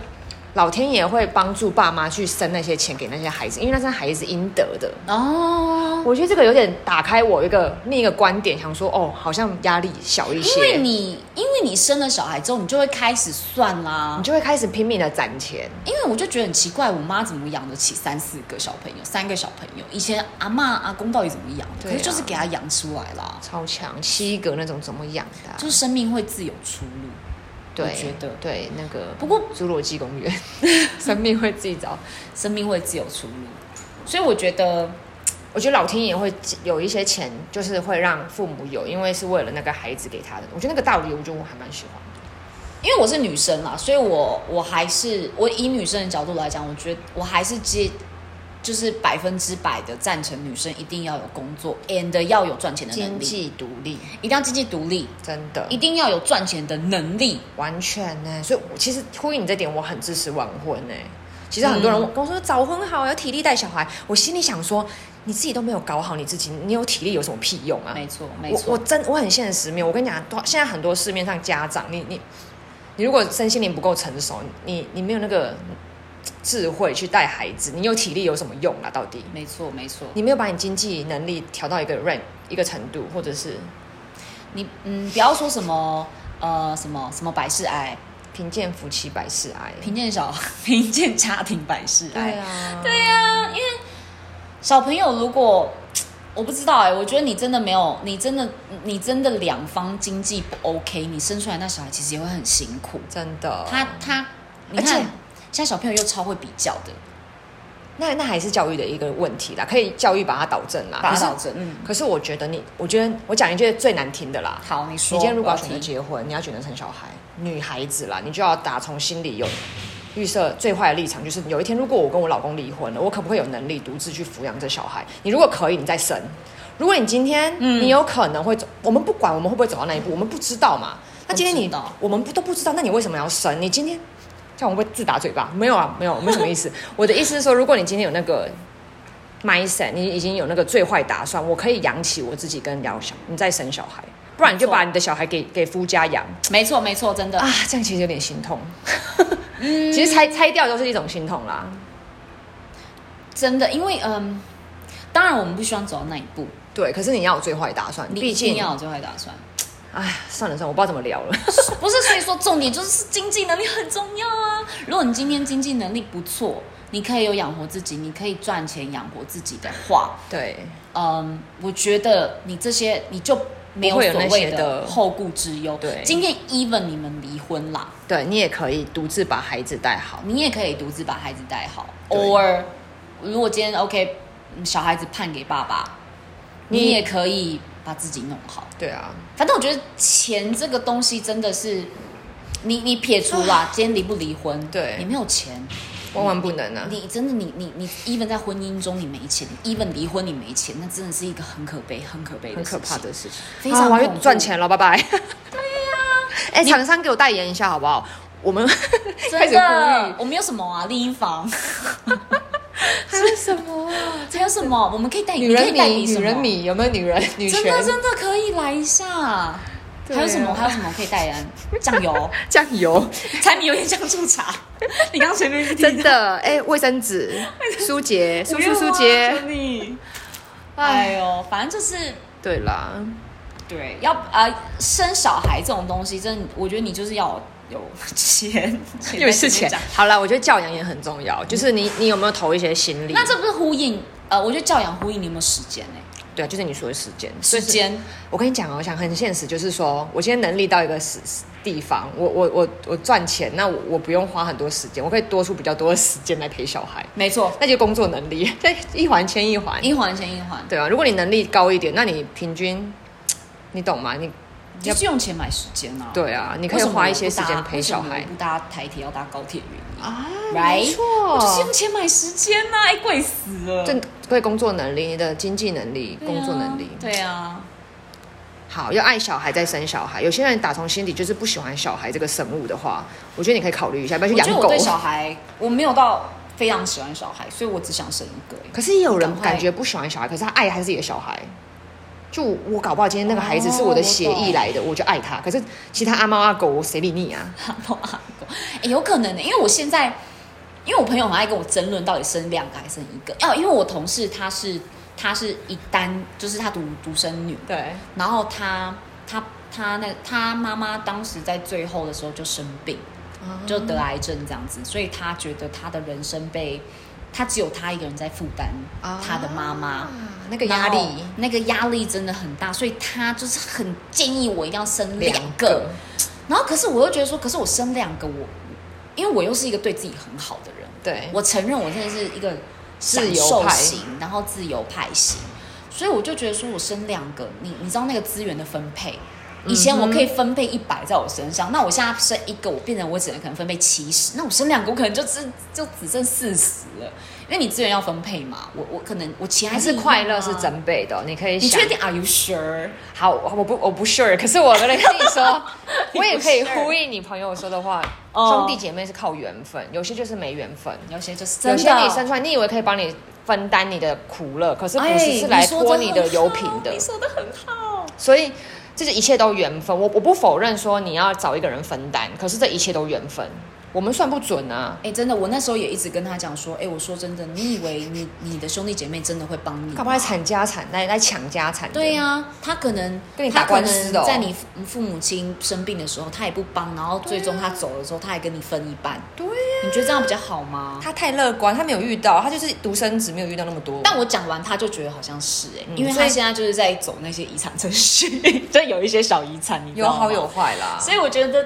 B: 老天爷会帮助爸妈去生那些钱给那些孩子，因为那是孩子应得的。
A: 哦，
B: 我觉得这个有点打开我一个另一个观点，想说哦，好像压力小一些，
A: 因为你因为你生了小孩之后，你就会开始算啦
B: 你。就会开始拼命的攒钱。
A: 因为我就觉得很奇怪，我妈怎么养得起三四个小朋友，三个小朋友？以前阿嬷阿公到底怎么养的？
B: 对
A: 可
B: 啊
A: 是就是给他养出来啦，
B: 超强七个那种怎么养的啊、
A: 就是生命会自有出路。
B: 对，
A: 我觉得
B: 对那个
A: 不过
B: 侏罗纪公园， 生命会自己找。
A: 生命会自有出路。所以我觉得，
B: 我觉得老天爷会有一些钱，就是会让父母有，因为是为了那个孩子给他的。我觉得那个道理，我觉得我还蛮喜欢的。
A: 因为我是女生啊啦，所以我我还是我以女生的角度来讲，我觉得我还是接就是百分之百的赞成女生一定要有工作，and 要有赚钱的能
B: 经
A: 力，嗯
B: 济独立，
A: 一定要经济独立，
B: 真的
A: 一定要有赚钱的能力。
B: 完全呢、所以我其实呼应你这点，我很支持晚婚呢、其实很多人
A: 嗯
B: 跟我说早婚好，要体力带小孩，我心里想说，你自己都没有搞好你自己，你有体力有什么屁用啊？
A: 没错，没
B: 我
A: 错，
B: 我真我很现实面，我跟你讲，多现在很多市面上家长，你你你如果身心灵不够成熟，你你没有那个智慧去带孩子，你有体力有什么用啊？到底
A: 没错，没错。
B: 你没有把你经济能力调到一个 rank 一个程度，或者是
A: 你嗯，不要说什么呃什么什么百事哀，
B: 贫贱夫妻百事哀。
A: 贫贱小 贫贱家庭百事哀。
B: 对啊，
A: 对呀、因为小朋友如果我不知道哎、我觉得你真的没有，你真的你真的两方经济不 OK，你生出来那小孩其实也会很辛苦。
B: 真的。
A: 他他，你
B: 而且
A: 看现在小朋友又超会比较的，
B: 那那还是教育的一个问题啦，可以教育把它导正啦。
A: 把
B: 可
A: 他
B: 是
A: 导正。嗯，
B: 可是我觉得你，我觉得我讲一句最难听的啦。
A: 好，你说。
B: 你今天如果
A: 我要
B: 要选择
A: 听
B: 结婚，你要选择生小孩，女孩子啦，你就要打从心里有预设最坏的立场，就是有一天如果我跟我老公离婚了，我可不可以有能力独自去抚养这小孩？你如果可以，你再生；如果你今天、
A: 嗯
B: 你有可能会走，我们不管我们会不会走到那一步，我们不知道嘛。那今天
A: 不知
B: 你
A: 道
B: 我们不都不知道，那你为什么要生？你今天这样我会不会自打嘴巴？没有啊，没有，没什么 意思。我的意思是说，如果你今天有那个 mindset，你已经有那个最坏打算，我可以养起我自己跟养小，你再生小孩，不然你就
A: 没错
B: 把你的小孩给给夫家养
A: 没错没错，真的。
B: 啊，这样其实有点心痛。 其实拆拆掉都是一种心痛啦，
A: 真的，因为嗯，当然我们不希望走到那一步，
B: 对。可是你要有最坏打算，
A: 你
B: 毕
A: 一定
B: 竟
A: 要有最坏打算。
B: 哎，算了算了，我不知道怎么聊了。
A: 不是，所以说重点就是经济能力很重要啊。如果你今天经济能力不错，你可以有养活自己，你可以赚钱养活自己的话，
B: 对，
A: 嗯，我觉得你这些你就没有
B: 不会有
A: 所
B: 那
A: 谓
B: 些
A: 的
B: 的
A: 后顾之忧。
B: 对
A: 今天 even 你们离婚啦，
B: 对你也可以独自把孩子带好。
A: 你也可以独自把孩子带好。
B: 对
A: 偶尔，如果今天 OK，嗯小孩子判给爸爸，
B: 你
A: 你也可以把自己弄好。
B: 对啊，
A: 反正我觉得钱这个东西真的是，你你撇除啦，今天离不离婚，
B: 对
A: 你没有钱，
B: 万万不能啊！
A: 你真的你你你，even 在婚姻中你没钱，even 离婚你没钱，那真的是一个很可悲、很可悲的
B: 很
A: 事
B: 可
A: 情，
B: 怕的事情，
A: 非常
B: 啊我要
A: 恐
B: 去
A: 怖
B: 赚钱了，拜拜。对呀、 哎、厂商给我代言一下好不好？我们开
A: 真
B: 始呼
A: 的，我们有什么啊？丽婴房
B: 吁，还有什么啊？
A: 还有什么？我们可以带你
B: 女人
A: 可以带
B: 迷，
A: 你
B: 女
A: 什
B: 人
A: 么？
B: 迷有没有女人女
A: 真
B: 权？
A: 的真的可以来一下。
B: 对啊
A: 还有什么？还有什么可以代言？酱油，
B: 酱油，
A: 柴米油盐酱醋茶。 你刚刚随便一提
B: 真 的哎，卫、生纸，舒洁，
A: 我
B: 舒
A: 没有
B: 舒
A: 啊
B: 舒洁
A: 求，你。哎
B: 哎，
A: 呦，反正就是
B: 对啦，
A: 对，要呃生小孩这种东西，真的，我觉得你就是要有钱，
B: 又
A: 在
B: 是钱
A: 前面讲。
B: 好啦，我觉得教养也很重要，就是你你有没有投一些心力？
A: 那这不是呼应？呃，我觉得教养呼应你有没有时间呢、
B: 对啊，就是你说的时间，
A: 时
B: 就是
A: 间
B: 我跟你讲哦，我想很现实，就是说我今天能力到一个时地方，我我我我赚钱，那我我不用花很多时间，我可以多出比较多的时间来陪小孩，
A: 没错，
B: 那就工作能力， 这一环牵一环，
A: 一环牵一环，
B: 对啊，如果你能力高一点，那你平均，你懂吗？你
A: 就是用钱买时间啊。
B: 对啊，你
A: 为
B: 可以
A: 什么我不搭，
B: 花一些时间陪小
A: 为什
B: 孩
A: 么我不搭台铁要搭高铁原因，
B: 啊
A: Right？
B: 没
A: 我就是用
B: 错，
A: 钱买时间呐、哎，贵死了。
B: 这对工作能力、你的经济能力、
A: 对啊
B: 工作能力，
A: 对啊，
B: 好，要爱小孩再生小孩。有些人打从心底就是不喜欢小孩这个生物的话，我觉得你可以考虑一下，要不要
A: 我
B: 去
A: 觉得
B: 养
A: 我
B: 狗
A: 对。小孩，我没有到非常喜欢小孩，所以我只想生一 个、哎
B: 可是也有人
A: 赶快
B: 感觉不喜欢小孩，可是他爱还是自己的小孩。就我我搞不好今天那个孩子
A: 哦
B: 是我的血
A: 我懂
B: 液来的，我就爱他。可是其他阿猫阿狗，我谁理你啊？
A: 阿猫阿狗，欸有可能的、因为我现在，因为我朋友很爱跟我争论到底生两个还是生一个。哦，因为我同事她是她是一单，就是她独独生女，
B: 对，
A: 然后她她她那她妈妈当时在最后的时候就生病，
B: 哦
A: 就得癌症这样子，所以她觉得她的人生被她只有她一个人在负担她的妈妈
B: 啊。那个
A: 然
B: 压
A: 后
B: 力
A: 那个压力真的很大，所以她就是很建议我一定要生两
B: 两
A: 个
B: 个。
A: 然后可是我又觉得说，可是我生两个我，因为我又是一个对自己很好的人，
B: 对，
A: 我承认我真的是一个
B: 自由
A: 享受
B: 派
A: 型，然后自由派型，所以我就觉得说我生两个，你你知道那个资源的分配，以前我可以分配一百在我身上，那我现在生一个，我变成我只能可能分配七十，那我生两个，我可能就只就只剩四十了，因为你资源要分配嘛。我我可能我钱还
B: 还
A: 是
B: 是
A: 一样啊
B: 快乐是整倍的，你可以
A: 你
B: 想
A: 确。定？Are you sure？
B: 好，我不我不 sure，可是我跟你说，
A: 你不
B: 我也可以
A: sure
B: 呼应你朋友说的话，
A: 哦
B: 兄弟姐妹是靠缘分，有些就是没缘分。
A: 有些就是真
B: 有
A: 的，啊哎
B: 些你生出来，你以为可以帮你分担你的苦乐，可是不是是来拖你的油瓶的
A: 你。说的很好，
B: 所以这是一切都缘分。我我不否认说你要找一个人分担，可是这一切都缘分，我们算不准啊。
A: 哎、真的，我那时候也一直跟他讲说，哎、我说真的，你以为你你的兄弟姐妹真的会帮你吗？
B: 搞不好来产家产，来来抢家产的。
A: 对呀、他可能
B: 跟你打官司的哦
A: 他可能在你父父母亲生病的时候，他也不帮，然后最终
B: 啊
A: 他走的时候，他还跟你分一半。
B: 对呀、
A: 你觉得这样比较好吗？
B: 他太乐观，他没有遇到，他就是独生子，没有遇到那么多。
A: 但我讲完，他就觉得好像是哎、
B: 嗯
A: 因为
B: 所
A: 他
B: 以
A: 现在就是在走那些遗产程序， 就有一些小遗产，你知
B: 有
A: 道吗
B: 好有坏啦。
A: 所以我觉得，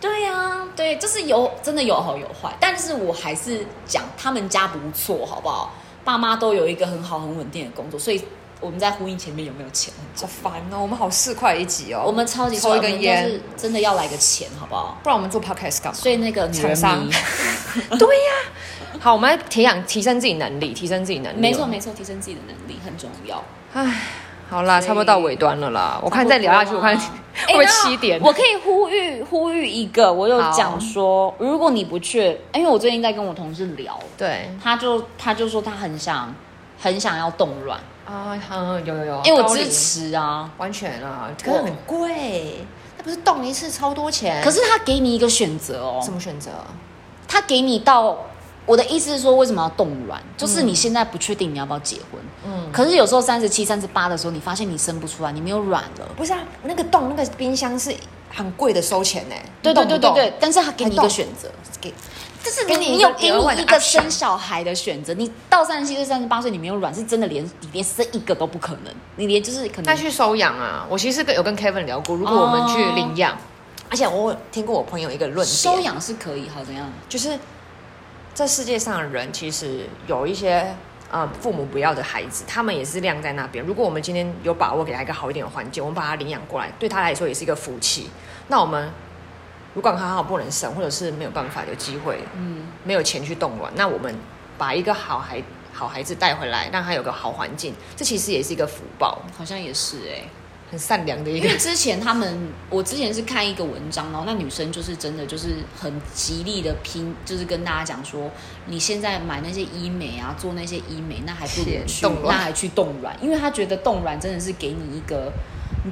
A: 对呀、对，就是有真的有好有坏，但是我还是讲他们家不错，好不好？爸妈都有一个很好很稳定的工作，所以我们在呼应前面有没有钱很重
B: 好烦哦，我们好四块一集哦，
A: 要，我们超级
B: 抽一
A: 帅
B: 根
A: 我们
B: 烟
A: 就是真的要来个钱，好不好？
B: 不然我们做 podcast 干嘛？
A: 所以那个女人
B: 厂
A: 迷，
B: 好，我们要培养提升自己能力，提升自己能力。哦
A: 没错没错，提升自己的能力很重要。
B: 唉，好啦，
A: 所以
B: 差不多到尾端了啦。我看再聊下去，我看会
A: 哎
B: 不会
A: 那
B: 七点？
A: 我可以呼吁呼吁一个，我有
B: 好
A: 讲说，如果你不去，因为我最近在跟我同事聊，
B: 对
A: 他就他就说他很想很想要冻卵，
B: 啊，嗯，有有有，
A: 因为我
B: 高
A: 支
B: 龄
A: 持啊。
B: 完全啊，可是很贵，那不是动一次超多钱？
A: 可是他给你一个选择哦
B: 什，么选择？
A: 他给你到我的意思是说，为什么要冻卵？就是你现在不确定你要不要结婚，
B: 嗯，
A: 可是有时候三十七、三十八的时候，你发现你生不出来，你没有卵了。
B: 不是啊，那个洞那个冰箱是很贵的，收钱呢。
A: 对对对对
B: 你
A: 对，但是他给你一
B: 还
A: 个
B: 动
A: 选择，
B: 给
A: 就是
B: 给
A: 你
B: 你
A: 你
B: 一个
A: 有给
B: 额外的
A: 你一个
B: option
A: 生小孩的选择。你到三十七岁、三十八岁，你没有卵，是真的连你连生一个都不可能，你连就是可
B: 那
A: 能
B: 去收养啊。我其实跟有跟 Kevin 聊过，如果我们去领
A: 哦
B: 养，而且我听过我朋友一个论点，
A: 收养是可以，好怎样？
B: 就是这世界上的人其实有一些呃父母不要的孩子，他们也是晾在那边。如果我们今天有把握给他一个好一点的环境，我们把他领养过来，对他来说也是一个福气。那我们如果他好不能生，或者是没有办法有机会，
A: 嗯，
B: 没有钱去冻卵，那我们把一个好孩好孩子带回来，让他有个好环境，这其实也是一个福报，
A: 好像也是哎、
B: 很善良的一
A: 因
B: 个
A: 为。之前他们，我之前是看一个文章，然后那女生就是真的就是很极力的拼，就是跟大家讲说，你现在买那些医美啊，做那些医美，那还不如
B: 钱
A: 去
B: 冻，
A: 那
B: 卵
A: 还去冻卵，因为她觉得冻卵真的是给你一个，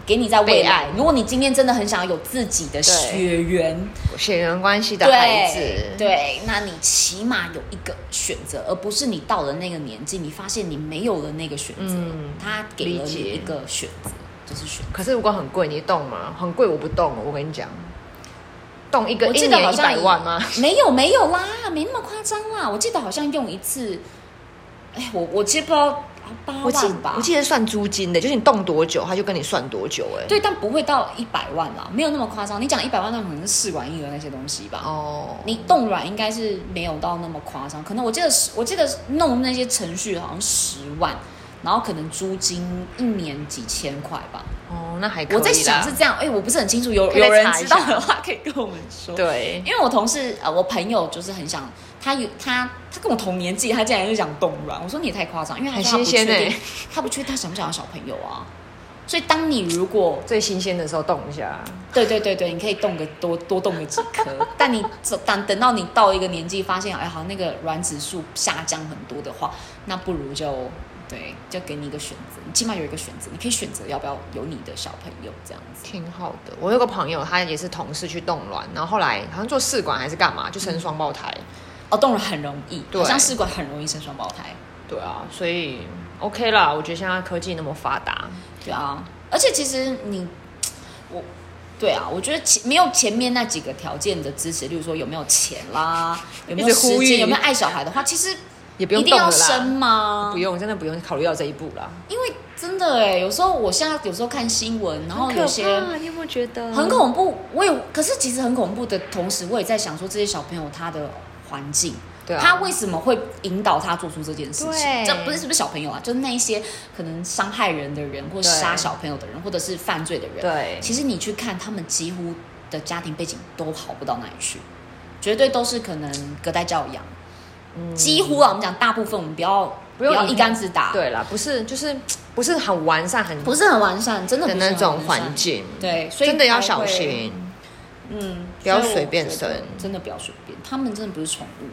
A: 给你在未
B: 备
A: 来
B: 案，
A: 如果你今天真的很想要有自己的血缘，
B: 血缘关系的孩子
A: 对，对，那你起码有一个选择，而不是你到了那个年纪，你发现你没有了那个选择，
B: 嗯
A: 他给了
B: 理
A: 你
B: 解
A: 一个选择，就是选择。
B: 可是如果很贵，你动吗？很贵我不动，我跟你讲，动一个
A: 我
B: 一
A: 记得好
B: 年一
A: 像
B: 百万吗？
A: 没有没有啦，没那么夸张啦。我记得好像用一次，哎，我我记得不知道啊八
B: 我记
A: 万吧
B: 我，记得算租金的，就是你动多久，他就跟你算多久、哎，，
A: 对，但不会到一百万啦，没有那么夸张。你讲一百万，那可能是试管婴儿那些东西吧。
B: 哦，
A: 你冻卵应该是没有到那么夸张，可能我记得是我记得弄那些程序好像十万，然后可能租金一年几千块吧。
B: 哦，那还可以啦
A: 我在想是这样，哎、我不是很清楚，有
B: 可以再
A: 有人
B: 查一
A: 知道
B: 下
A: 的话可以跟我们说。
B: 对，
A: 因为我同事呃，我朋友就是很想，他有他他跟我同年纪，他竟然就想冻卵，我说你也太夸张，因为他
B: 很
A: 说他不
B: 新鲜
A: 确定
B: 欸
A: 他不确定他想不想要小朋友啊。所以当你如果
B: 最新鲜的时候动一下，
A: 对对对对，你可以冻个多多冻个几颗，但你等等到你到一个年纪，发现哎好那个卵子数下降很多的话，那不如就对，就给你一个选择，你起码有一个选择，你可以选择要不要有你的小朋友这样子。
B: 挺好的。我有个朋友，他也是同事去冻卵，然后后来好像做试管还是干嘛，就生双胞胎。
A: 哦，冻卵很容易，
B: 对
A: 好像试管很容易生双胞胎。
B: 对啊，所以 OK 啦，我觉得现在科技那么发达，
A: 对啊，而且其实你，我，对啊，我觉得前没有前面那几个条件的支持，例如说有没有钱啦，有没有
B: 一直
A: 时
B: 呼吁
A: 间，有没有爱小孩的话，其实
B: 也不
A: 一
B: 用
A: 定
B: 动
A: 要
B: 了啦
A: 生，吗？
B: 不，用，真的不用考虑到这一步啦。
A: 因为真的哎、有时候我现在有时候看新闻，然后有些
B: 你有没有觉得
A: 很恐怖，我有，可是其实很恐怖的同时，我也在想说这些小朋友他的环境，
B: 对啊
A: 他为什么会引导他做出这件事情？
B: 对
A: 这不是是不是小朋友啊？就是那一些可能伤害人的人，或
B: 对
A: 杀小朋友的人，或者是犯罪的人。
B: 对
A: 其实你去看他们几乎的家庭背景都好不到哪里去，绝对都是可能隔代教养。几乎啊，我们讲大部分，我们不要
B: 不用
A: 要
B: 以
A: 一竿子打，，
B: 对啦，不是就是不是很完善很
A: 不是很完善，真的不
B: 的
A: 是
B: 那
A: 很
B: 种
A: 完
B: 环
A: 善。
B: 境，
A: 对，所以
B: 真的要
A: 才
B: 小
A: 会
B: 心。
A: 嗯，
B: 不要
A: 所以我
B: 随便
A: 觉得
B: 生
A: 真的不要随便。他们真的不是宠物，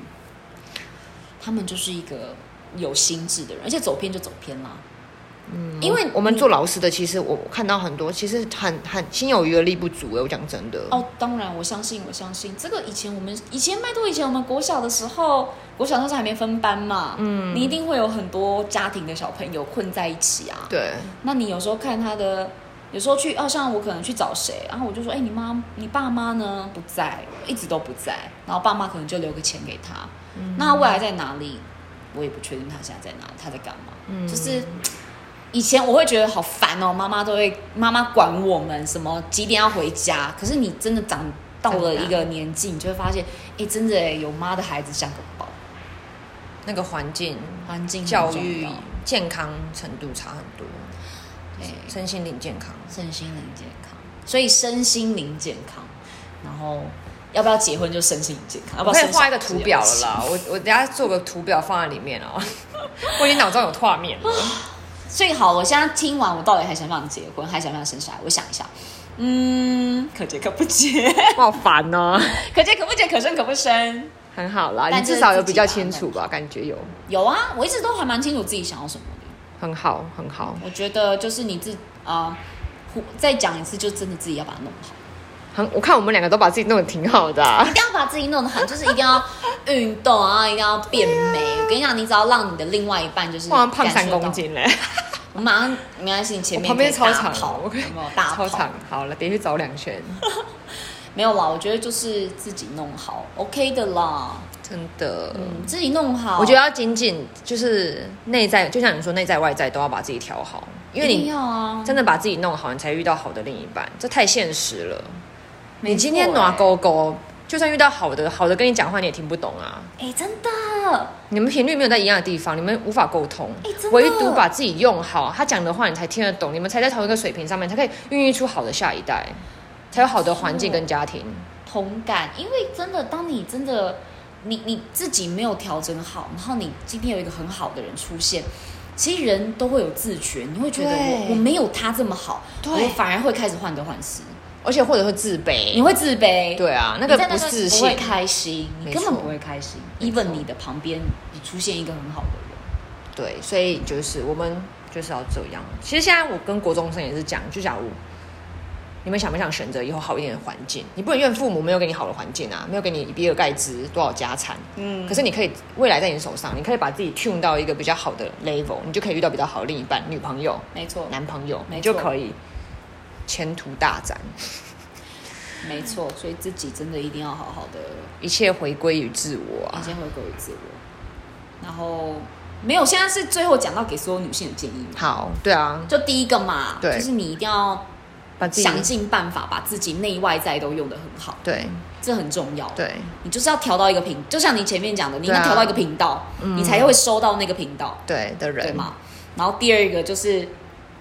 A: 他们就是一个有心智的人，而且走偏就走偏啦。嗯，因为
B: 我们做老师的，其实我我看到很多，其实很很心有余而力不足哎，我讲真的。
A: 哦，当然我相信，我相信这个以前我们以前拜托以前我们国小的时候，国小那时候还没分班嘛，嗯，你一定会有很多家庭的小朋友混在一起啊。
B: 对，
A: 那你有时候看他的，有时候去哦，像我可能去找谁，然后我就说，哎、你妈、你爸妈呢不在，一直都不在，然后爸妈可能就留个钱给他，
B: 嗯
A: 那他未来在哪里，我也不确定他现在在哪里，他在干嘛，
B: 嗯
A: 就是。以前我会觉得好烦哦，妈妈都会妈妈管我们什么几点要回家。可是你真的长到了一个年纪，你就会发现，哎，真的耶有妈的孩子像个宝，
B: 那个环境、
A: 环境很
B: 教
A: 重
B: 育
A: 要、
B: 健康程度差很多，
A: 对，
B: 身心灵健康。
A: 身心灵健康，所以身心灵健康，然后要不要结婚就身心灵健康，要不
B: 我
A: 要
B: 可以
A: 生小
B: 画
A: 孩
B: 一个图表了啦，我我等一下做个图表放在里面哦。 我已经脑中有画面了。
A: 所以好，我现在听完，我到底还想不想结婚，还想不想生小孩？我想一下，嗯，可结可不 结，
B: 好烦哦。
A: 可结可不结，可生可不生。
B: 很好啦，
A: 但
B: 你
A: 这
B: 至
A: 是
B: 少
A: 自
B: 有
A: 己
B: 比较
A: 的
B: 清楚
A: 安
B: 吧？感觉有，
A: 有啊，我一直都还蛮清楚自己想要什么的。
B: 很好，很好，
A: 我觉得就是你自啊、胡再讲一次，就真的自己要把它弄好。
B: 很。我看我们两个都把自己弄得挺好的啊、
A: 一定要把自己弄得很，就是一定要运动，然后一定要变美。我跟你讲，你只要让你的另外一半就是
B: 我好像胖
A: 感受
B: 三公
A: 到
B: 斤嘞，
A: 我马上没关系，你前面
B: 我 旁边
A: 可以大
B: 超长
A: 跑，
B: 我
A: 有
B: 可以
A: 没有大
B: 超
A: 跑？
B: 长。好了，得去走两圈，
A: 没有啊啦，我觉得就是自己弄好，OK 的啦，
B: 真的。
A: 嗯，自己弄好。
B: 我觉得要仅仅就是内在，就像你说内在外在都要把自己调好，因为
A: 一定
B: 你
A: 要啊，
B: 真的把自己弄好，你才遇到好的另一半，这太现实了。
A: 没
B: 你今天
A: 错
B: 暖勾勾，就算遇到好的，好的跟你讲话你也听不懂啊。
A: 哎、哎真的，
B: 你们频率没有在一样的地方，你们无法沟通
A: 哎真的，
B: 唯独把自己用好，他讲的话你才听得懂，你们才在同一个水平上面，才可以孕育出好的下一代，才有好的环境跟家庭。
A: 同感，因为真的，当你真的你你自己没有调整好，然后你今天有一个很好的人出现。其实人都会有自觉，你会觉得我
B: 对
A: 我没有他这么好，
B: 对
A: 我反而会开始患得患失，
B: 而且或者会自
A: 你
B: 卑，
A: 会自卑，
B: 对啊，那
A: 你
B: 个
A: 在
B: 不
A: 那段时
B: 自
A: 间不会
B: 信，
A: 开心，你
B: 没
A: 根本
B: 错
A: 不会开心。
B: 没
A: even
B: 错
A: 你的旁边，你出现一个很好的人，
B: 对，所以就是我们就是要这样。其实现在我跟国中生也是讲，就假如你们想不想选择以后好一点的环境，你不能怨父母没有给你好的环境啊，没有给你比尔盖茨多少家产，
A: 嗯
B: 可是你可以未来在你手上，你可以把自己 tune 到一个比较好的 level，你就可以遇到比较好的另一半、女朋友、
A: 没错，
B: 男朋友，
A: 没
B: 你
A: 错
B: 就可以前途大展，
A: 没错，所以自己真的一定要好好的，
B: 一切回归于自我
A: 你
B: 啊。
A: 先回归于自我，然后没有，现在是最后讲到给所有女性的建议嘛，
B: 好，对啊，
A: 就第一个嘛，
B: 对
A: 就是你一定要
B: 把自己
A: 想尽办法把自己内外在都用得很好，
B: 对
A: 这很重要。
B: 对
A: 你就是要调到一个频，就像你前面讲的，你要
B: 对啊嗯
A: 调到一个频道，你才会收到那个频道。
B: 对的
A: 对
B: 人，
A: 吗？然后第二个就是，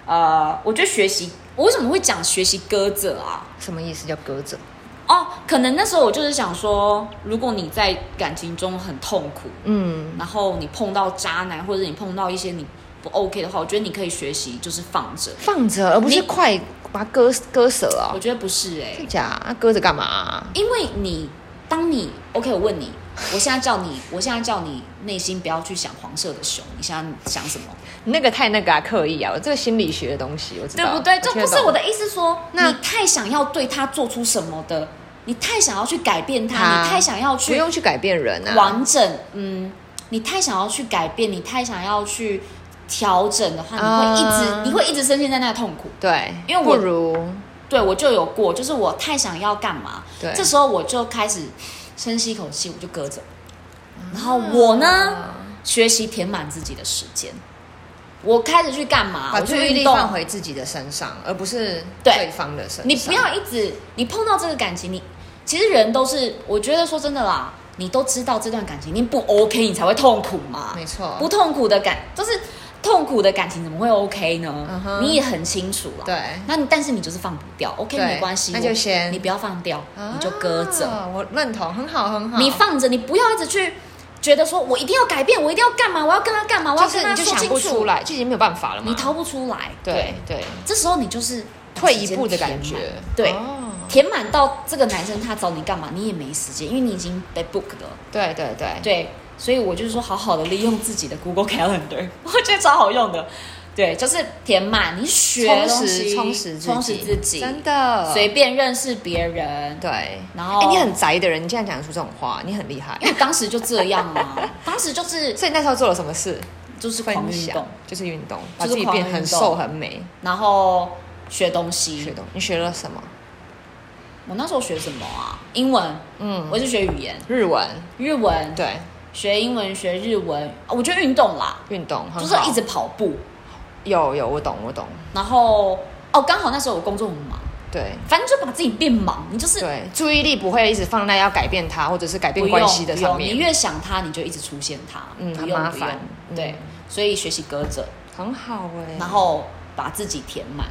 A: 呃，我觉得学习，我为什么会讲学习歌者啊？
B: 什么意思叫歌者？
A: 哦，可能那时候我就是想说，如果你在感情中很痛苦，
B: 嗯，
A: 然后你碰到渣男，或者你碰到一些你不 OK 的话，我觉得你可以学习就是放着。
B: 放着，而不是
A: 你
B: 快把它割割舍啊
A: 我！觉得不是哎、
B: 真假？那割着干嘛啊？
A: 因为你当你 OK，我问你，我现在叫你，我现在叫你内心不要去想黄色的熊，你现在想什么？
B: 那个太那个啊，刻意啊！我这个心理学的东西，我知道，
A: 对不对？
B: 听
A: 这
B: 得
A: 不是
B: 懂
A: 我的意思说，
B: 那
A: 你太想要对他做出什么的，你太想要去改变他，
B: 他
A: 你太想要
B: 不
A: 去
B: 用去改变人啊。
A: 完整，嗯，你太想要去改变，你太想要去调整的话，你会一直，
B: 啊
A: 你会一直深陷在那个痛苦。
B: 对，
A: 因为
B: 不
A: 我
B: 如
A: 对我就有过，就是我太想要干嘛，
B: 对
A: 这时候我就开始深吸一口气，我就搁着，
B: 啊
A: 然后我呢，
B: 呃
A: 学习填满自己的时间。我开始去干嘛？
B: 把
A: 我去
B: 注意力
A: 运动
B: 放回自己的身上，而不是
A: 对
B: 对方的身上。
A: 你不要一直，你碰到这个感情，你其实人都是，我觉得说真的啦，你都知道这段感情一定不 OK，你才会痛苦嘛。
B: 没错
A: 不痛苦的感就是痛苦的感情怎么会 OK 呢
B: 嗯哼
A: 你也很清楚了。
B: 对
A: 那你但是你就是放不掉，OK
B: 对
A: 没关系，
B: 那就
A: 我
B: 先
A: 你不要放掉，你就搁着。
B: 啊我认同，很好，很好。
A: 你放着，你不要一直去觉得说我一定要改变，我一定要干嘛，我要跟他干嘛，我要
B: 就
A: 跟
B: 是你
A: 他
B: 就
A: 说
B: 想
A: 清
B: 不
A: 楚。
B: 出来，就已经没有办法了嘛。
A: 你逃不出来。
B: 对对，
A: 这时候你就是把
B: 退
A: 时
B: 一
A: 间
B: 步的感
A: 填满
B: 觉。
A: 对，
B: 哦
A: 填满到这个男生他找你干嘛，你也没时间，因为你已经被
B: 嗯
A: book 了。
B: 对对对，
A: 对，所以我就是说，好好的利用自己的 Google Calendar，我 觉得超好用的。对，就是填满你学
B: 充
A: 东
B: 实
A: 西
B: 充实
A: 充实自己，
B: 真的
A: 随便认识别人。
B: 对。
A: 然后
B: 哎，你很宅的人，你竟然讲得出这种话，你很厉害
A: 因。为当时就这样 啊，当时就是
B: 所以那时候做了什么事？
A: 就是
B: 分
A: 狂运
B: 享
A: 动，
B: 就是运动，
A: 就
B: 把
A: 是
B: 自己变
A: 狂
B: 很
A: 运动
B: 瘦很美。
A: 然后学东西。
B: 学东，你学了什么？
A: 我那时候学什么啊？英文，
B: 嗯，
A: 我就学语言，
B: 日文。
A: 日文，
B: 对，
A: 学英文，学日文。啊我觉得运动啦，
B: 运动很
A: 就是
B: 好
A: 一直跑步。
B: 有有，我懂我懂。
A: 然后哦，刚好那时候我工作很忙，
B: 对
A: 反正就把自己变忙，你就是
B: 对，注意力不会一直放在要改变它，或者是改
A: 不
B: 变
A: 用
B: 关系的
A: 不
B: 上
A: 用你
B: 面。
A: 越想他，你就一直出现他，
B: 嗯
A: 不
B: 很
A: 用
B: 麻
A: 不
B: 烦
A: 用
B: 嗯
A: 对，所以学习搁着，
B: 很好哎，
A: 然后把自己填满，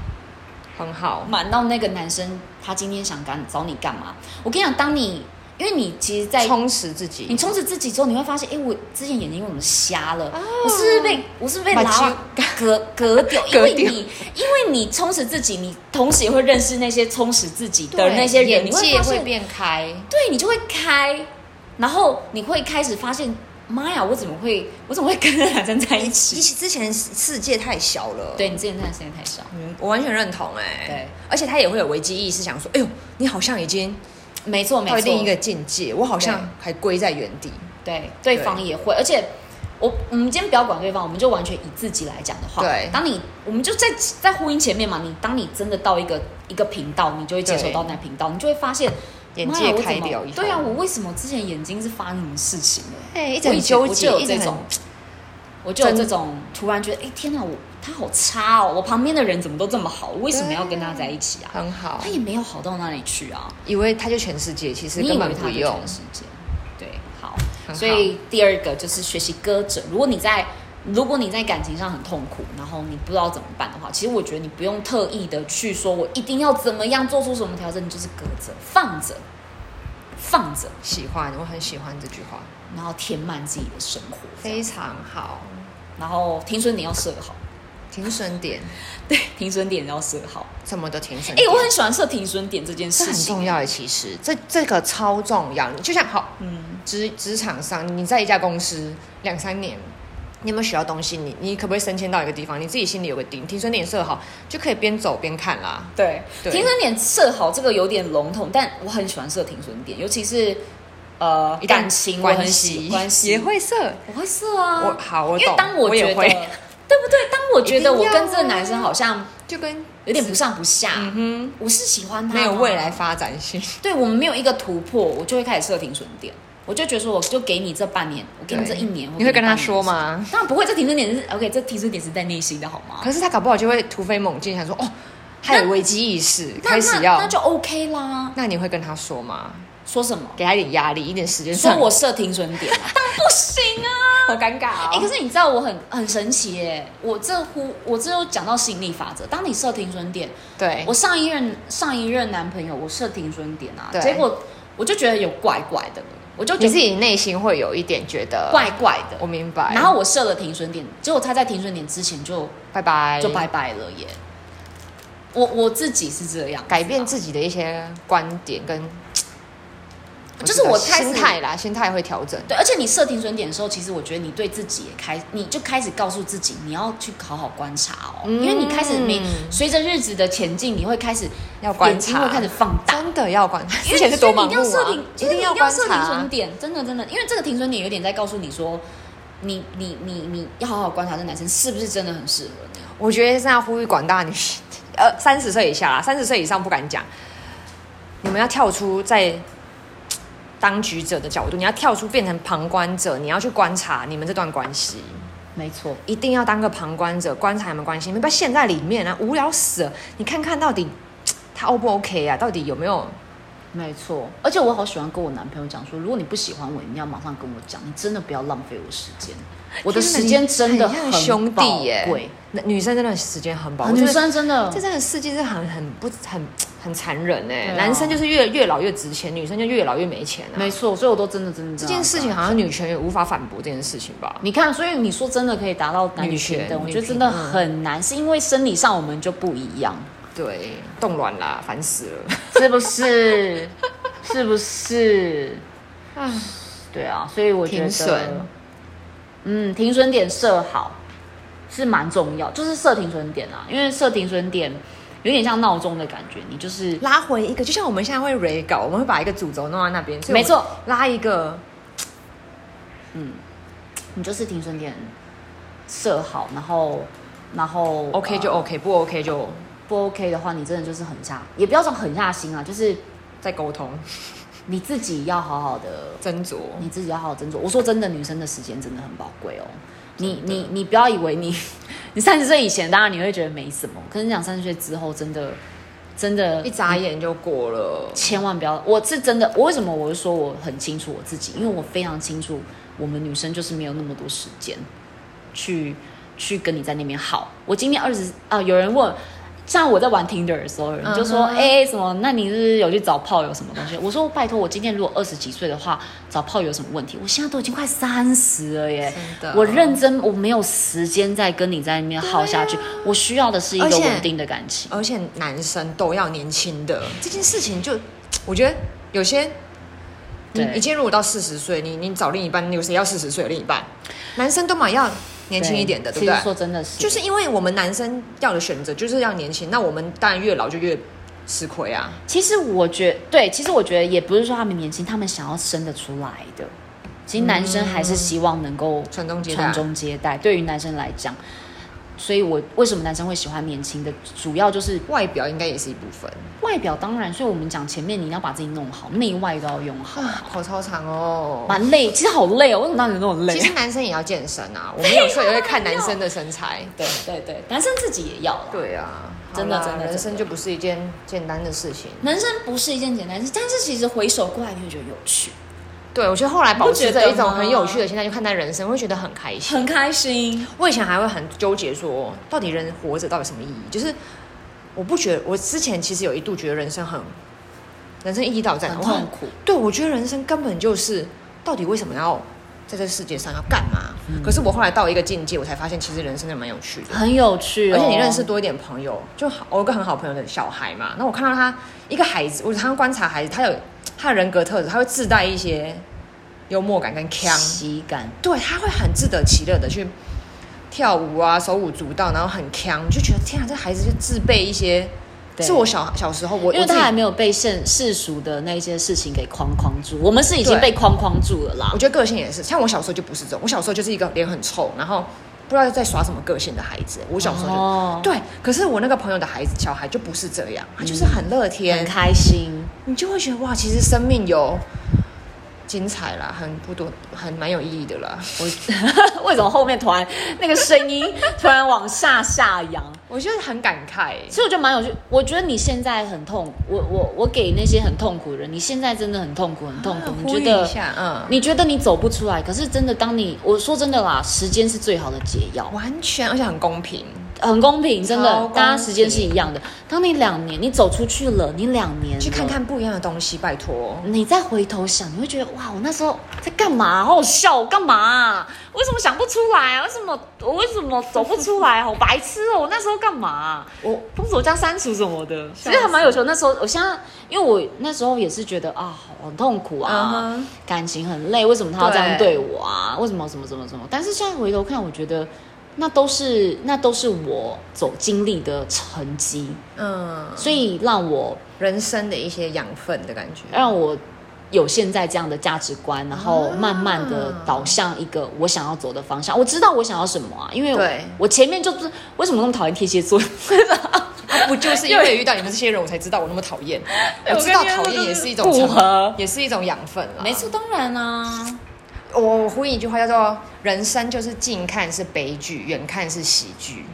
B: 很好，
A: 满到那个男生他今天想干找你干嘛？我跟你讲，当你因为你其实，在
B: 充实自己。
A: 你充实自己之后，你会发现，哎、我之前眼睛为什么瞎了？我是不是被我是不是被
B: 啊把
A: 拉隔隔掉？ 因
B: 隔
A: 为
B: 掉
A: 你因为你充实自己，你同时也会认识那些充实自己的
B: 对
A: 那些人，
B: 眼
A: 你会
B: 界
A: 发
B: 会
A: 现，
B: 变开。
A: 对你就会开，然后你会开始发现，妈呀，我怎么会我怎么会跟那男生在一
B: 其
A: 起？
B: 实之前世界太小了，
A: 对你之前那的时间太少，
B: 嗯，我完全认同哎、
A: 对，
B: 而且他也会有危机意识，想说，哎呦，你好像已经
A: 没错没
B: 到另一
A: 错，
B: 个境界，我好像还归在原地。
A: 对对方也会，而且。我我们今天不要管对方，我们就完全以自己来讲的话，
B: 对
A: 当你我们就在在呼应前面嘛，你当你真的到一个一个频道，你就会接收
B: 对
A: 到那频道，你就会发现
B: 眼
A: 妈呀
B: 界
A: 我怎
B: 开
A: 么
B: 掉以后
A: 对啊，我为什么之前眼睛是发生什么事情了？
B: 哎、一直
A: 我以
B: 很
A: 前
B: 纠
A: 我
B: 结
A: 就，有
B: 一直
A: 这
B: 很
A: 种，我就有
B: 真
A: 这种突然觉得，哎、天哪，我他好差哦，我旁边的人怎么都这么好，我为什么要跟他在一起啊？
B: 很好
A: 他，也没有好到哪里去啊，
B: 以为他就全世界，其实
A: 你以
B: 根
A: 为
B: 本
A: 他
B: 不
A: 就
B: 用
A: 全。世界？对，好，
B: 很好
A: 所以第二个就是学习割舍。如果你在如果你在感情上很痛苦，然后你不知道怎么办的话，其实我觉得你不用特意的去说我一定要怎么样做出什么调整，你就是搁着放着放着，
B: 喜欢，我很喜欢这句话，
A: 然后填满自己的生活，
B: 非常好。
A: 然后停损点要设好。
B: 停损点，
A: 对，停损点要设好。
B: 什么的停损
A: 哎、
B: 点，
A: 我很喜欢设停损点这件
B: 这
A: 事
B: 很
A: 情。
B: 重要的，其实这这个超重要。你就像好，
A: 嗯，
B: 职职场上，你在一家公司两三年，你有没有学到东西？你你可不可以升迁到一个地方？你自己心里有个底，停损点设好，就可以边走边看啦。
A: 对，
B: 对
A: 停损点设好这个有点笼统，但我很喜欢设停损点，尤其是呃
B: 一旦
A: 感情我
B: 关
A: 很喜
B: 系
A: 关系
B: 也，会设。
A: 我会设啊。
B: 我好，我
A: 因
B: 懂。
A: 为当我
B: 也
A: 觉得，
B: 会
A: 对不对？当我觉得
B: 一定
A: 我
B: 要
A: 跟这个
B: 啊
A: 男生好像
B: 就跟
A: 有点不上不下，
B: 嗯
A: 我是喜欢
B: 哼，
A: 他，
B: 没有未来。发展性。
A: 对我们没有一个突破，我就会开始设停损点。我就觉得说，我就给你这半年，我给你这
B: 对
A: 一年，我
B: 你
A: 给
B: 会跟他
A: 半年
B: 说
A: 的时间？
B: 吗？
A: 当然不会，这停损点是 OK，这停损点是在内心的好吗？
B: 可是他搞不好就会突飞猛进，想说哦，还有危机意识，
A: 那
B: 开始
A: 那
B: 要
A: 那。就 OK 啦。
B: 那你会跟他说吗？
A: 说什么？
B: 给他一点压力，一点时间
A: 说
B: 上，
A: 我设停损点、 啊，当然不行啊！
B: 好尴尬哦
A: 哎、可是你知道我很很神奇耶、我这呼我这又讲到吸引力法则。当你设停损点，
B: 对，
A: 我上一任上一任男朋友我设停损点啊，
B: 对
A: 结果我就觉得有怪怪的了，我就
B: 你
A: 觉
B: 自
A: 得
B: 己内心会有一点觉得
A: 怪怪的。
B: 我明白。
A: 然后我设了停损点，结果他在停损点之前就
B: 拜拜，
A: 就拜拜了耶。我我自己是这样，啊
B: 改变自己的一些观点跟，
A: 就是我开始
B: 心态啦，心态会调整。
A: 对，而且你设停损点的时候，其实我觉得你对自己也开，你就开始告诉自己，你要去好好观察哦，
B: 嗯
A: 因为你开始每随着日子的前进，你会开始
B: 要观察
A: 眼睛会开始放大。
B: 真的要观察，
A: 因为
B: 之前是多盲
A: 所以你一定要设停，，就是你
B: 目啊一定
A: 一
B: 要
A: 定要
B: 观
A: 设停损
B: 察。
A: 点，真的真的，因为这个停损点有点在告诉你说，你你你你要好好观察这男生是不是真的很适合你。
B: 我觉得是要呼吁广大女性，呃，三十岁以下啦，三十岁以上不敢讲，你们要跳出在。当局者的角度，你要跳出变成旁观者，你要去观察你们这段关系。
A: 没错，
B: 一定要当个旁观者，观察你们关系，你们不要陷在里面啊，无聊死了。你看看到底他 O 不 OK 啊？到底有没有
A: 没错，而且我好喜欢跟我男朋友讲说，如果你不喜欢我，你一定要马上跟我讲，你真的不要浪费我时间，我的时间真的
B: 很
A: 很
B: 像兄弟耶
A: 宝贵，
B: 那女生真的时间很宝
A: 啊
B: 贵，
A: 女
B: 我觉得
A: 生真的
B: 这真的世界是很很不很很残忍哎、
A: 对啊
B: 男生就是越越老越值钱，女生就越老越没钱啊。
A: 没错，所以我都真的真的
B: 这件事情
A: 样
B: 好像女权也无法反驳这件事情吧
A: 讲。？你看，所以你说真的可以达到男女
B: 女权
A: 平等，我
B: 女
A: 觉得
B: 平
A: 真的
B: 嗯
A: 很难，是因为生理上我们就不一样，
B: 对，冻卵啦，烦死了。
A: 是不是？是不是？
B: 啊，
A: 对啊，所以我觉得，
B: 停损
A: 嗯，停损点设好是蛮重要，就是设停损点啊，因为设停损点有点像闹钟的感觉，你就是
B: 拉回一个，就像我们现在会 re 稿，我们会把一个主轴弄到那边，所以我
A: 没错
B: 们拉一个
A: 你就是停损点设好，然后然后
B: OK 就
A: 呃
B: OK，不 OK 就
A: 不 OK 的话，你真的就是狠下，也不要说狠下心啊，就是
B: 再沟通
A: 你自己要好好的
B: 斟酌。
A: 你自己要好好斟酌。我说真的，女生的时间真的很宝贵哦。你你你不要以为你你三十岁以前，当然你会觉得没什么，可是你讲三十岁之后，真的真的
B: 一眨眼就过了，
A: 千万不要！我是真的，我为什么我会说我很清楚我自己？因为我非常清楚，我们女生就是没有那么多时间去去跟你在那边耗。我今天二十啊，有人问，像我在玩 Tinder 的时候，有人就说：“
B: 嗯哼
A: 哎、什么？那你是不是有去找炮友什么东西？”我说：“拜托，我今天如果二十几岁的话，找炮友有什么问题？我现在都已经快三十了耶
B: 真！的
A: 我认真，我没有时间再跟你在那边耗下去。我需要的是一
B: 啊而
A: 个
B: 且
A: 稳定的感情。
B: 而且男生都要年轻的这件事情就，我觉得有些。你
A: 对
B: 你今天如果到四十岁，你你找另一半，你有谁要四十岁的另一半？男生都嘛要年轻一点的，对
A: 其实
B: 不
A: 说
B: 对？
A: 真的是，
B: 就是因为我们男生要的选择就是要年轻，那我们当然越老就越吃亏啊。
A: 其实我觉对，其实我觉得也不是说他们年轻，他们想要生得出来的。其实男生还是希望能够
B: 传宗接代啊
A: 传宗接代，对于男生来讲，所以我为什么男生会喜欢年轻的，主要就是
B: 外表应该也是一部分
A: 外表，当然，所以我们讲前面你一定要把自己弄好，内外都要用好，
B: 啊，跑操场哦。
A: 蛮累，嗯其实好累哦，为什么让你那么累
B: 其？实男生也要健身啊，我们有时候也会看男生的身材。
A: 对对对，男生自己也要啦，
B: 对啊，
A: 真的
B: 好啦
A: 真的
B: 人
A: 真
B: 生
A: 的
B: 就不是一件简单的事情。
A: 男生不是一件简单事，但是其实回首过来，你会觉得有趣，
B: 对，我觉得后来保持
A: 你不觉
B: 着
A: 得
B: 一种很有趣
A: 吗
B: 的心态去看待人生，会觉得很开心。
A: 很开心。
B: 我以前还会很纠结说，到底人活着到底什么意义？就是我不觉得，我之前其实有一度觉得人生很，人生意义到底在哪？
A: 很
B: 我
A: 痛苦
B: 对，我觉得人生根本就是到底为什么要在这世界上要干嘛？
A: 嗯
B: 可是我后来到一个境界，我才发现其实人生真的蛮有趣的。
A: 很有趣、哦，
B: 而且你认识多一点朋友，就好我有一个很好朋友的小孩嘛，那我看到他一个孩子，我常常观察孩子，他有他的人格特质，他会自带一些幽默感跟腔，
A: 喜感，
B: 对，他会很自得其乐的去跳舞啊，手舞足蹈，然后很腔，就觉得天啊，这孩子就自备一些，
A: 对
B: 是我小小时候我
A: 因为
B: 我自
A: 他
B: 己
A: 还没有被现世俗的那些事情给框框住，我们是已经被框框住了啦
B: 我。觉得个性也是，像我小时候就不是这种，我小时候就是一个脸很臭，然后不知道在耍什么个性的孩子。我小时候就、
A: 哦
B: 对，可是我那个朋友的孩子小孩就不是这样，他就是很乐天，
A: 嗯很开心，
B: 你就会觉得哇，其实生命有精彩啦，很不多，很蛮有意义的啦。
A: 我为什么后面突然那个声 音突然往下下扬？
B: 我觉得很感慨、欸
A: 其实我觉得蛮有趣。我觉得你现在很痛，我我我给那些很痛苦的人，你现在真的很痛苦，很痛苦。你
B: 啊呼
A: 觉
B: 吁
A: 得
B: 一下，嗯，
A: 你觉得你走不出来，可是真的，当你我说真的啦，时间是最好的解药。
B: 完全而且很公平，
A: 很公平，真
B: 超
A: 的
B: 公，平
A: 大家时间是一样的。当你两年，你走出去了，你两年
B: 去
A: 了
B: 看看不一样的东西，拜托。
A: 你再回头想，你会觉得哇，我那时候在干嘛？好好笑，我干嘛啊、为什么想不出来啊？为什么我为什么走不出来啊？好白痴哦！我那时候干嘛啊、
B: 我
A: 封锁加删除什么的，其
B: 笑死
A: 实还啊蛮有趣的。那时候，我现在因为我那时候也是觉得啊，很痛苦啊
B: 嗯哼
A: 感情很累，为什么他要这样
B: 对
A: 对我啊？为什么什么什么什么？但是现在回头看，我觉得那都是那都是我走经历的成绩，
B: 嗯，
A: 所以让我
B: 人生的一些养分的感觉。
A: 让我有现在这样的价值观，然后
B: 啊
A: 慢慢的导向一个我想要走的方向。我知道我想要什么啊，因为
B: 对
A: 我我前面就是为什么那么讨厌天蝎 座，
B: 啊 不就是因为遇到你们这些人，我才知道我那么讨厌。
A: 对
B: 我知道
A: 我跟你说
B: 讨厌也是一种
A: 就是不合
B: 也是一种养分啦。
A: 没错，，当然啊，
B: 我呼应一句话叫做“人生就是近看是悲剧，远看是喜剧”。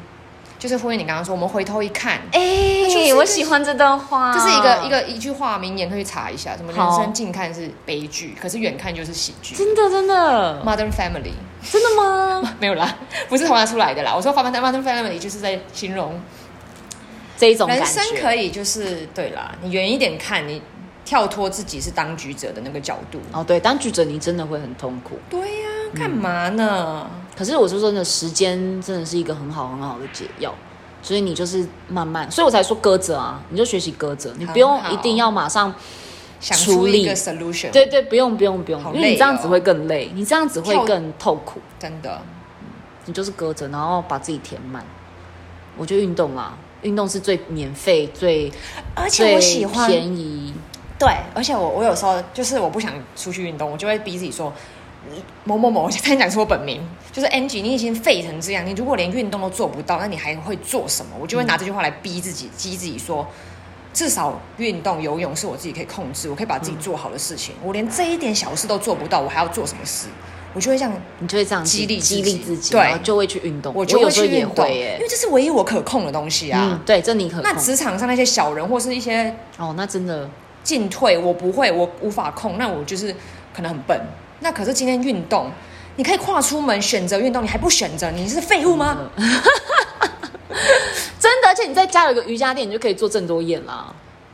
B: 就是呼应你刚刚说，我们回头一看，
A: 哎、
B: 就是一个
A: 我喜欢这段话，
B: 这是一个一个一句话名言，可以查一下，什么人
A: 啊好
B: 生近看是悲剧，可是远看就是喜剧。
A: 真的真的
B: Modern Family
A: 真的吗？
B: 没有啦， 不是同样出来的啦。我说 Modern Modern Family 就是在形容
A: 这一种感
B: 人
A: 觉
B: 生可以就是对啦，你远一点看，你跳脱自己是当局者的那个角度。
A: 哦，对，当局者迷真的会很痛苦。
B: 对呀、干嘛呢？
A: 可是我说真的，时间真的是一个很好很好的解药，所以你就是慢慢，所以我才说鸽子啊，你就学习鸽子，你不用
B: 很好
A: 一定要马上，
B: 想
A: 处
B: 出
A: 理
B: 一个 solution，
A: 对对，不用不用不用
B: 好，累哦
A: 因为你这样子会更累，你这样子会更痛苦，
B: 真的
A: 你就是鸽子，然后把自己填满。我觉得运动啦，运动是最免费、最
B: 而且
A: 最
B: 我喜欢
A: 便宜，
B: 对，而且我我有时候就是我不想出去运动，我就会逼自己说。某某某，我差点讲出我本名，就是 Angie。你已经废成这样，你如果连运动都做不到，那你还会做什么？我就会拿这句话来逼自己，激自己说，至少运动、游泳是我自己可以控制，我可以把自己做好的事情。我连这一点小事都做不到，我还要做什么事？我就会这样，
A: 你就会这样子
B: 激励自
A: 激
B: 己
A: 励自己，
B: 对
A: 然后就会去运动。
B: 我就
A: 有
B: 会
A: 时
B: 去
A: 候也
B: 运动，
A: 会
B: 因
A: 耶，
B: 为这是唯一我可控的东西啊。
A: 嗯，对，这你可
B: 那
A: 控
B: 职场上那些小人或是一些
A: 哦，那真的
B: 进退，我不会，我无法控，那我就是可能很笨。那可是今天运动，你可以跨出门选择运动，你还不选择，你是废物吗？
A: 嗯真的，而且你在家有个瑜伽垫，你就可以做郑多燕啦。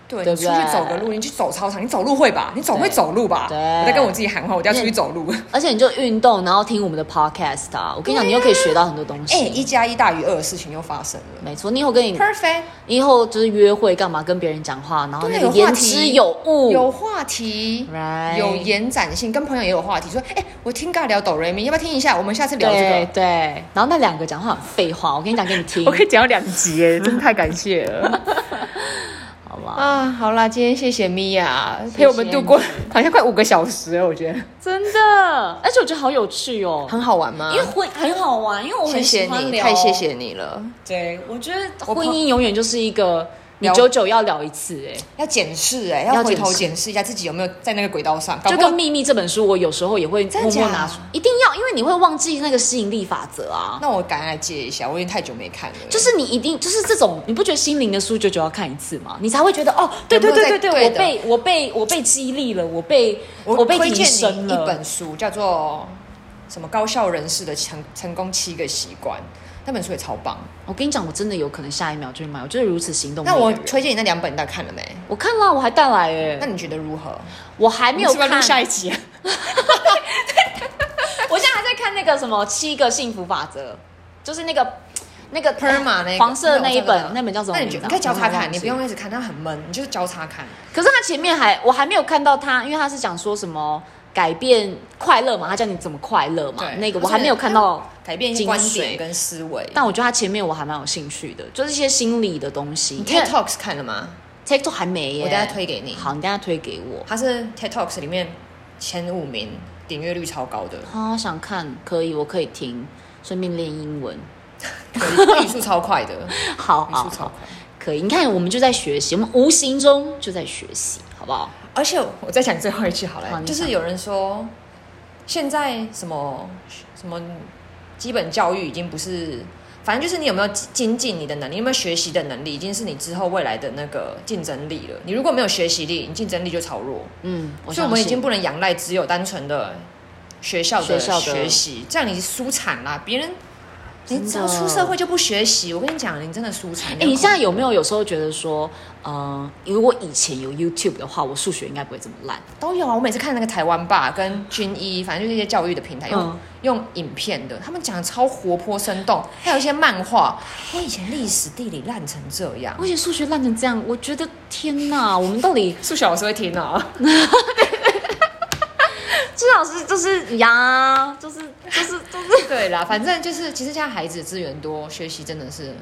B: 对，
A: 对
B: 你
A: 不
B: 出
A: 对
B: 去走个路，你去走操场，你走路会吧？你总会
A: 对
B: 走路吧？
A: 对
B: 我在跟我自己喊话，我就要出去走路。
A: 而且你就运动，然后听我们的 podcast 啊，我跟你讲，你又可以学到很多东西。
B: 哎、一加一大于二的事情又发生了。
A: 没错，你以后跟你
B: Perfect，
A: 以后就是约会干嘛，跟别人讲话，然后那
B: 对
A: 个
B: 有话
A: 言
B: 题
A: 之有物，
B: 有话题
A: Right
B: 有延展性，跟朋友也有话题。说，哎、我听尬聊哆瑞咪，要不要听一下？我们下次聊这
A: 对
B: 个。
A: 对。然后那两个讲话很废话，我跟你讲给你 听，
B: 以讲两集 耶，真的太感谢了。
A: 好不好？
B: 啊， 好啦，今天谢谢米娅陪我们度过，好像快五个小时了，我觉得
A: 真的，而且我觉得好有趣哦，
B: 很好玩吗
A: 因为？婚很好玩，因为我
B: 谢
A: 很
B: 谢
A: 喜欢
B: 你，
A: 聊，
B: 太谢。谢你了。
A: 对，我觉得
B: 我
A: 婚姻永远就是一个你
B: 聊
A: 久久要聊一次、哎。
B: 要检视哎、
A: 要
B: 要回头
A: 检视
B: 检视一下自己有没有在那个轨道上。
A: 就
B: 搞
A: 跟《
B: 不好
A: 秘密》这本书，我有时候也会
B: 真
A: 默默
B: 假
A: 拿出，一定要，因为你会忘记那个吸引力法则啊。
B: 那我赶快来借一下，我已经太久没看了。
A: 就是你一定就是这种，你不觉得心灵的书久久要看一次吗？你才会觉得哦，对对
B: 有没有
A: 对对
B: 在
A: 对，我
B: 对的
A: 被我被我被激励了，我被
B: 我
A: 被
B: 推
A: 提
B: 荐
A: 升
B: 你
A: 了。
B: 一本书，叫做《什么高效人士的成成功七个习惯》，那本书也超棒。
A: 我跟你讲，我真的有可能下一秒就会买，我就是如此行动力
B: 那
A: 的人。
B: 我推荐你那两本，你到底看了没？
A: 我看了，我还带来哎、
B: 那你觉得如何？
A: 我还没有
B: 我们是
A: 看
B: 不是要录，下一集、啊？
A: 我现在还在看那个什么七个幸福法则，就是那个那个
B: Perma 那个
A: 黄色的那一
B: 我知道
A: 本，那本叫什么
B: 那你
A: 名
B: 觉
A: 字啊？
B: 得你可以交叉
A: 我忘
B: 看，
A: 记
B: 你不用一直看，它很闷，你就是交叉看。
A: 可是他前面还我还没有看到他，因为他是讲说什么改变快乐嘛，他教你怎么快乐嘛
B: 对，
A: 那个
B: 而且
A: 我还没有看到。
B: 改变一些
A: 精
B: 观
A: 髓
B: 点跟思维。
A: 但我觉得他前面我还蛮有兴趣的，就是一些心理的东西。
B: 你
A: 因为
B: TED Talks 看了吗？
A: TikTok 还没耶，
B: 我等下推给你
A: 好，你等下推给我。
B: 它是 TED Talks 里面前五名，点阅率超高 的，
A: 好、想看，可以，我可以听，顺便练英文。
B: 对语速超快的，语
A: 好好
B: 速超
A: 好，
B: 快。
A: 可以。你看，我们就在学习，我们无形中就在学习，好不好？
B: 而且我再讲最后一句好
A: 好
B: 了，
A: 你
B: 就
A: 讲
B: 是有人说，现在什么什么基本教育已经不是。反正就是你有没有精进你的能力，有没有学习的能力，已经是你之后未来的那个竞争力了。你如果没有学习力，你竞争力就超弱。
A: 嗯，我
B: 所以
A: 相
B: 我们已
A: 信
B: 经不能仰赖只有单纯的学校
A: 学
B: 的
A: 校的
B: 学习，这样你输惨啦。别人
A: 真的
B: 你只要出社会就不学习，我跟你讲，你真的输惨。
A: 哎、你现在有没有有时候觉得说，呃，如果以前有 YouTube 的话，我数学应该不会这么烂。
B: 都有啊？我每次看那个台湾吧跟军医，反正就是一些教育的平台，用、
A: 嗯
B: 用影片的，他们讲的超活泼生动，还有一些漫画。我以前历史地理烂成这样，
A: 而且数学烂成这样，我觉得天哪，我们到底
B: 数学老师会听啊。
A: 朱老师就是呀，就是就是就是
B: 对啦，反正就是其实现在孩子资源多，学习真的是，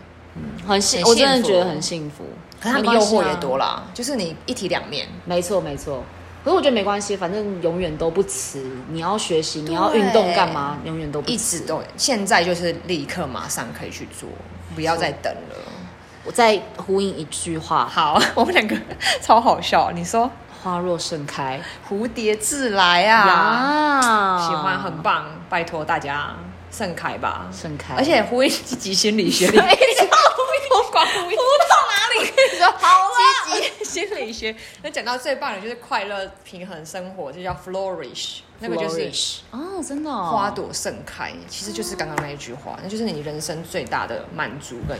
A: 很幸，
B: 很
A: 我真的
B: 幸福
A: 觉得很幸福。
B: 可是他
A: 没
B: 们诱
A: 关系
B: 惑
A: 啊
B: 也多啦，就是你一体两面。
A: 没错没错。可是我觉得没关系，反正永远都不迟。你要学习，你要
B: 对
A: 运动干嘛？永远都不
B: 一
A: 迟
B: 直。都，现在就是立刻马上可以去做，不要再等了。
A: 我再呼应一句话：
B: 好，我们两个超好笑。你说
A: 花若盛开
B: 蝴蝶自来啊，
A: 呀
B: 喜欢很棒，拜托大家盛开吧，
A: 盛开，
B: 而且呼应积极心理学里
A: 哎你知道吗
B: 哭一
A: 到哪里？好了，
B: 积极心理学。那讲到最棒的就是快乐平衡生活，就叫 flourish，那个就是
A: Flourish 哦，真的、哦、
B: 花。朵盛开，其实就是刚刚那一句话，那就是你人生最大的满足跟。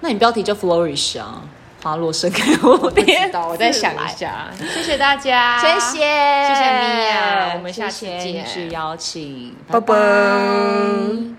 A: 那你标题叫 flourish 啊，花落盛开，我
B: 不知道，我再想一下。谢谢大家，
A: 谢谢，谢
B: 谢米娅我们下
A: 谢
B: 次
A: 谢
B: 见
A: 你是邀请，
B: 拜拜